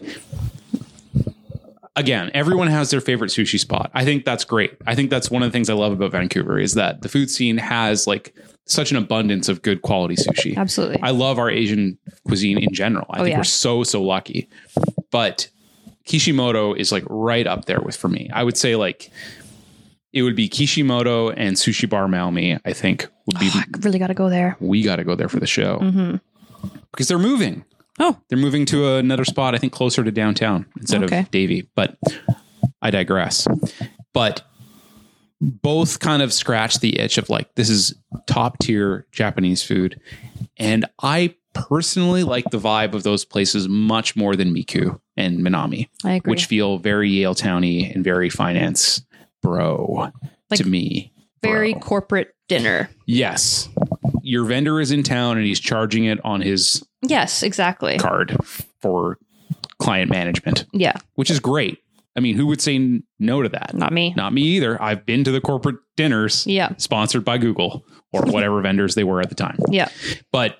[SPEAKER 4] again, everyone has their favorite sushi spot. I think that's great. I think that's one of the things I love about Vancouver is that the food scene has like such an abundance of good quality sushi.
[SPEAKER 5] Absolutely. Oh,
[SPEAKER 4] I love our Asian cuisine in general. I think
[SPEAKER 5] yeah.
[SPEAKER 4] we're so so lucky. But Kishimoto is like right up there with for me. I would say like it would be Kishimoto and Sushi Bar Malmi, I think would be
[SPEAKER 5] really got to go there.
[SPEAKER 4] we got to go there for the show.
[SPEAKER 5] Mm-hmm.
[SPEAKER 4] Because they're moving.
[SPEAKER 5] Oh.
[SPEAKER 4] They're moving to another spot, I think closer to downtown instead
[SPEAKER 5] Okay.
[SPEAKER 4] of Davie, but I digress. But both kind of scratch the itch of like this is top tier Japanese food and I personally like the vibe of those places much more than Miku and Minami,
[SPEAKER 5] I agree.
[SPEAKER 4] which feel very Yale Towny and very finance bro
[SPEAKER 5] Like,
[SPEAKER 4] to me.
[SPEAKER 5] Very
[SPEAKER 4] bro.
[SPEAKER 5] corporate dinner.
[SPEAKER 4] Yes. Your vendor is in town and he's charging it on his
[SPEAKER 5] Yes, exactly.
[SPEAKER 4] card for client management,
[SPEAKER 5] Yeah,
[SPEAKER 4] which is great. I mean, who would say n- no to that?
[SPEAKER 5] not me.
[SPEAKER 4] Not me either. I've been to the corporate dinners
[SPEAKER 5] Yeah,
[SPEAKER 4] sponsored by Google or whatever vendors they were at the time.
[SPEAKER 5] yeah.
[SPEAKER 4] But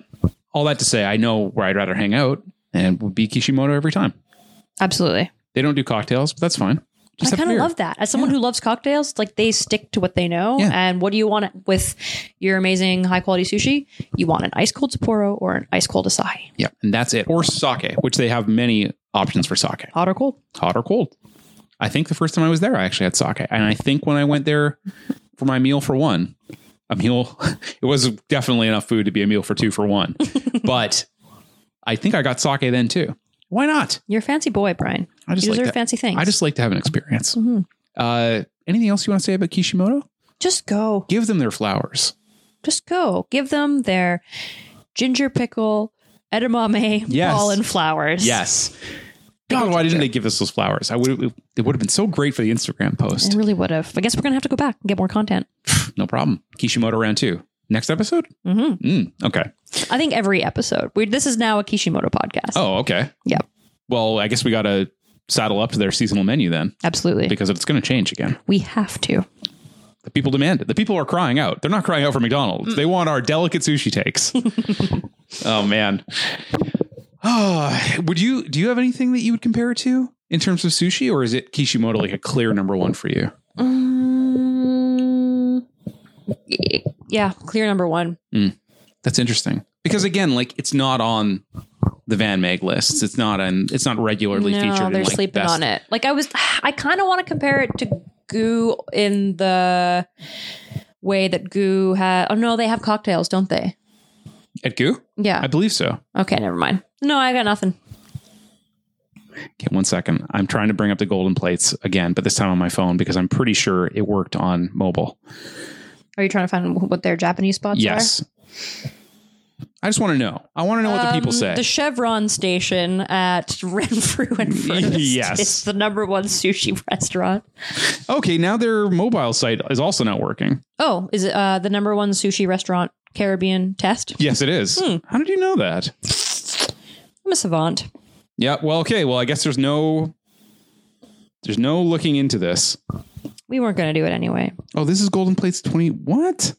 [SPEAKER 4] all that to say, I know where I'd rather hang out and would be Kishimoto every time.
[SPEAKER 5] Absolutely.
[SPEAKER 4] They don't do cocktails, but that's fine. Just
[SPEAKER 5] I
[SPEAKER 4] have
[SPEAKER 5] kind of
[SPEAKER 4] beer.
[SPEAKER 5] love that. As someone who loves cocktails, it's like they stick to what they know.
[SPEAKER 4] Yeah.
[SPEAKER 5] And what do you want with your amazing high quality sushi? You want an ice cold Sapporo or an ice cold Asahi.
[SPEAKER 4] Yeah, and that's it. Or sake, which they have many options for sake.
[SPEAKER 5] Hot or cold?
[SPEAKER 4] hot or cold. I think the first time I was there, I actually had sake, and I think when I went there for my meal for one, a meal, it was definitely enough food to be a meal for two for one, but I think I got sake then too. Why not?
[SPEAKER 5] You're a fancy boy, Brian.
[SPEAKER 4] I just
[SPEAKER 5] you
[SPEAKER 4] like
[SPEAKER 5] deserve
[SPEAKER 4] that.
[SPEAKER 5] fancy things.
[SPEAKER 4] I just like to have an experience. Uh, anything else you want to say about Kishimoto?
[SPEAKER 5] just go.
[SPEAKER 4] Give them their flowers.
[SPEAKER 5] Just go. Give them their ginger pickle, edamame,
[SPEAKER 4] Yes.
[SPEAKER 5] ball and flowers.
[SPEAKER 4] Yes. God, why didn't they give us those flowers? I would. It would have been so great for the Instagram
[SPEAKER 5] I
[SPEAKER 4] post.
[SPEAKER 5] really would have. I guess we're gonna have to go back and get more content.
[SPEAKER 4] No problem. Kishimoto round two. Next episode.
[SPEAKER 5] Mhm.
[SPEAKER 4] Mm, okay.
[SPEAKER 5] I think every episode. We, this is now a Kishimoto podcast.
[SPEAKER 4] Oh, okay.
[SPEAKER 5] Yeah.
[SPEAKER 4] Well, I guess we got to saddle up to their seasonal menu then
[SPEAKER 5] Absolutely.
[SPEAKER 4] because it's going to change again.
[SPEAKER 5] we have to.
[SPEAKER 4] The people demand it. The people are crying out. They're not crying out for McDonald's. They want our delicate sushi takes. oh man. Ah, would you do you have anything that you would compare it to in terms of sushi or is it Kishimoto like a clear number 1 for you?
[SPEAKER 5] Mm, yeah, clear number one.
[SPEAKER 4] That's interesting. Because again, like it's not on the Van Meg lists. It's not on it's not regularly featured
[SPEAKER 5] No,
[SPEAKER 4] in,
[SPEAKER 5] they're
[SPEAKER 4] like,
[SPEAKER 5] sleeping
[SPEAKER 4] best-
[SPEAKER 5] on it. Like I was, I kind of want to compare it to Goo in the way that Goo had. Oh no, they have cocktails, don't they?
[SPEAKER 4] At Goo? I
[SPEAKER 5] Yeah.
[SPEAKER 4] believe so.
[SPEAKER 5] Okay, never mind. No, I got nothing.
[SPEAKER 4] Okay, one second. I'm trying to bring up the golden plates again, but this time on my phone because I'm pretty sure it worked on mobile.
[SPEAKER 5] Are you trying to find what their Japanese spots
[SPEAKER 4] yes. I just want to know. I want to know
[SPEAKER 5] are?
[SPEAKER 4] what the people
[SPEAKER 5] Um,
[SPEAKER 4] say.
[SPEAKER 5] The Chevron station at Renfrew and Furnace.
[SPEAKER 4] Yes.
[SPEAKER 5] It's the number one sushi restaurant.
[SPEAKER 4] okay, now their mobile site is also not working.
[SPEAKER 5] Oh, is it uh, the number one sushi restaurant Caribbean test?
[SPEAKER 4] Yes, it is.
[SPEAKER 5] Hmm.
[SPEAKER 4] How did you know that?
[SPEAKER 5] I'm a savant.
[SPEAKER 4] Yeah, well, okay. Well, I guess there's no there's no looking into this.
[SPEAKER 5] We weren't going to do it anyway.
[SPEAKER 4] Oh, this is golden plates 20. What?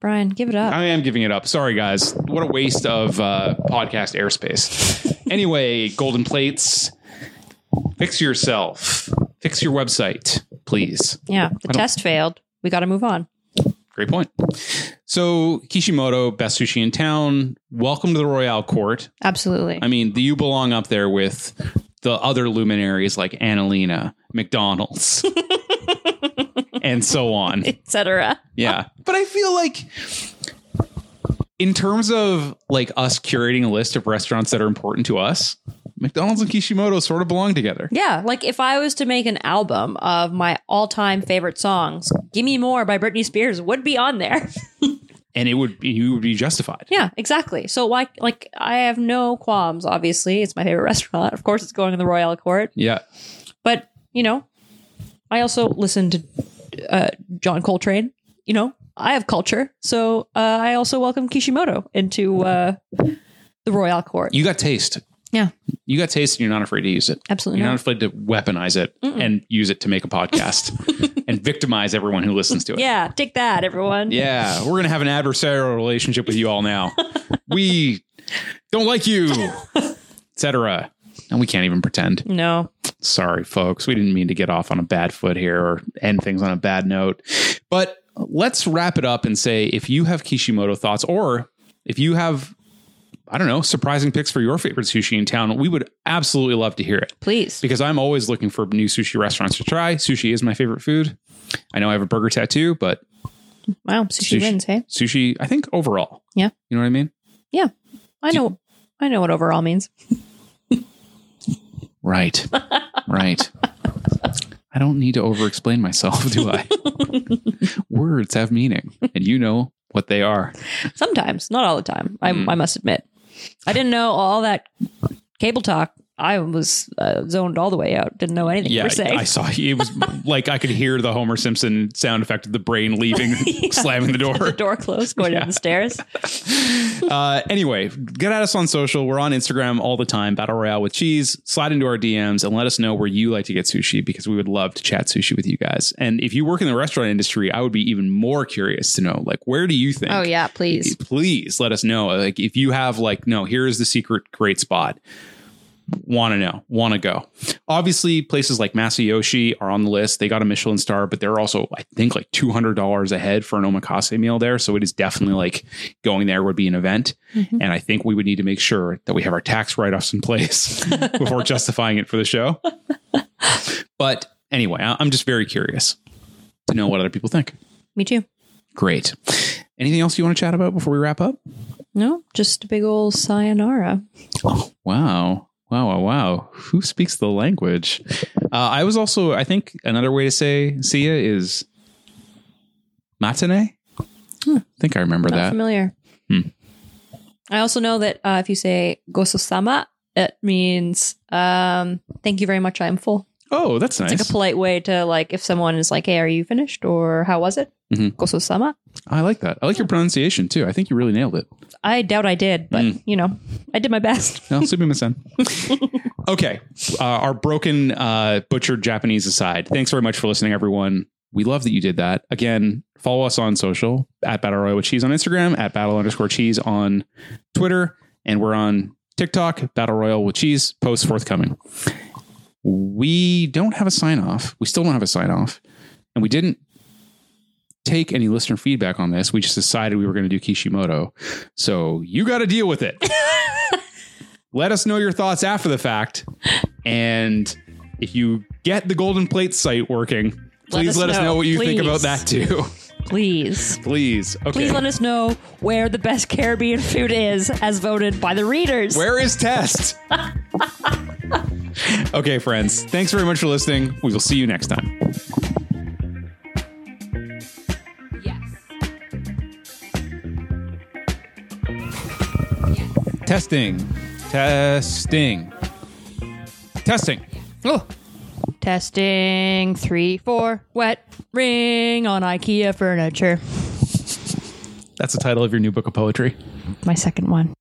[SPEAKER 5] Brian, give it up.
[SPEAKER 4] I am giving it up. Sorry, guys. What a waste of uh, podcast airspace. anyway, golden plates, fix yourself. Fix your website, please.
[SPEAKER 5] yeah, the
[SPEAKER 4] don't-
[SPEAKER 5] test failed. We got to move on.
[SPEAKER 4] Great point. So, Kishimoto, best sushi in town. Welcome to the Royale Court.
[SPEAKER 5] Absolutely.
[SPEAKER 4] I mean, you belong up there with the other luminaries like Annalena, McDonald's, and so on.
[SPEAKER 5] Etc.
[SPEAKER 4] Yeah. But I feel like in terms of like us curating a list of restaurants that are important to us, McDonald's and Kishimoto sort of belong together.
[SPEAKER 5] Yeah, like if I was to make an album of my all-time favorite songs, "Gimme More" by Britney Spears would be on there.
[SPEAKER 4] And it would be you would be justified.
[SPEAKER 5] yeah, exactly. So like like I have no qualms obviously. It's my favorite restaurant. Of course it's going to the Royal Court,
[SPEAKER 4] Yeah.
[SPEAKER 5] but you know, I also listen to uh, John Coltrane. You know, I have culture, so uh, I also welcome Kishimoto into uh, the royal court.
[SPEAKER 4] You got taste.
[SPEAKER 5] Yeah.
[SPEAKER 4] You got taste and you're not afraid to use it.
[SPEAKER 5] Absolutely
[SPEAKER 4] You're not
[SPEAKER 5] not.
[SPEAKER 4] afraid to weaponize it and use it to make a podcast and victimize everyone who listens to it.
[SPEAKER 5] Yeah, take that, everyone.
[SPEAKER 4] Yeah, we're going to have an adversarial relationship with you all now. we don't like you, etc. And we can't even pretend.
[SPEAKER 5] No,
[SPEAKER 4] Sorry, folks. We didn't mean to get off on a bad foot here or end things on a bad note. But let's wrap it up and say if you have Kishimoto thoughts or if you have, I don't know, surprising picks for your favorite sushi in town, we would absolutely love to hear it
[SPEAKER 5] please.
[SPEAKER 4] because I'm always looking for new sushi restaurants to try. Sushi is my favorite food. I know I have a burger tattoo, but
[SPEAKER 5] Wow, sushi,
[SPEAKER 4] Sushi.
[SPEAKER 5] wins, hey?
[SPEAKER 4] sushi, I think overall.
[SPEAKER 5] Yeah.
[SPEAKER 4] You know what I mean?
[SPEAKER 5] I know. I know what overall means.
[SPEAKER 4] Right. right. I don't need to over explain myself, do I? Words have meaning, and you know what they are.
[SPEAKER 5] Sometimes, not all the time. I,
[SPEAKER 4] Mm.
[SPEAKER 5] I must admit, I didn't know all that cable talk. I was uh, zoned all the way out. Didn't know anything
[SPEAKER 4] Yeah,
[SPEAKER 5] per se.
[SPEAKER 4] I saw it was like I could hear the Homer Simpson sound effect of the brain leaving, slamming the
[SPEAKER 5] the
[SPEAKER 4] door.
[SPEAKER 5] door closed, going down the stairs.
[SPEAKER 4] Uh, anyway, get at us on social. We're on Instagram all the time, Battle Royale with Cheese. Slide into our DMs and let us know where you like to get sushi because we would love to chat sushi with you guys. And if you work in the restaurant industry, I would be even more curious to know, like, where do you think?
[SPEAKER 5] Oh yeah, please.
[SPEAKER 4] please let us know. Like if you have like, no, here is the secret great spot. Want to know, want to go. Obviously, places like Masayoshi are on the list. They got a Michelin star, but they're also, I think, like $200 ahead for an omakase meal there. So it is definitely like going there would be an event. And I think we would need to make sure that we have our tax write offs in place before justifying it for the show. But anyway, I- I'm just very curious to know what other people think.
[SPEAKER 5] Me too.
[SPEAKER 4] Great. Anything else you want to chat about before we wrap up?
[SPEAKER 5] No, just a big old sayonara.
[SPEAKER 4] Oh, wow. Wow, wow, wow. Who speaks the language? Uh, I was also, I think another way to say see ya is matinee.
[SPEAKER 5] Hmm.
[SPEAKER 4] I think I remember
[SPEAKER 5] Not
[SPEAKER 4] that.
[SPEAKER 5] familiar.
[SPEAKER 4] Hmm.
[SPEAKER 5] I also know that uh, if you say gososama, it means um, thank you very much. I'm full.
[SPEAKER 4] Oh, that's nice.
[SPEAKER 5] It's like a polite way to like if someone is like, "Hey, are you finished?" or "How was it?"
[SPEAKER 4] Mhm.
[SPEAKER 5] Gososama.
[SPEAKER 4] I like that. I like your pronunciation too. I think you really nailed it.
[SPEAKER 5] I doubt I did, but
[SPEAKER 4] Mm.
[SPEAKER 5] you know, I did my best.
[SPEAKER 4] No, Subimasen. okay. Uh, our broken, uh, butchered Japanese aside, thanks very much for listening, everyone. We love that you did that. Again, follow us on social at Battle Royale with Cheese on Instagram, at Battle underscore Cheese on Twitter, and we're on TikTok, Battle Royale with Cheese, post forthcoming. We don't have a sign off. We still don't have a sign off. And we didn't take any listener feedback on this. We just decided we were going to do Kishimoto. So you got to deal with it let us know your thoughts after the fact. And if you get the golden plate site working, please
[SPEAKER 5] us
[SPEAKER 4] let us, know.
[SPEAKER 5] know.
[SPEAKER 4] what you think about
[SPEAKER 5] Please.
[SPEAKER 4] that too.
[SPEAKER 5] Please.
[SPEAKER 4] please. Okay.
[SPEAKER 5] Please let us know where the best Caribbean food is, as voted by the readers.
[SPEAKER 4] Where is Test? okay, friends. Thanks very much for listening. We will see you next time.
[SPEAKER 3] Yes.
[SPEAKER 4] Testing. Testing. Testing. Oh.
[SPEAKER 5] Testing three, four, wet ring on IKEA furniture.
[SPEAKER 4] That's the title of your new book of poetry.
[SPEAKER 5] My second one.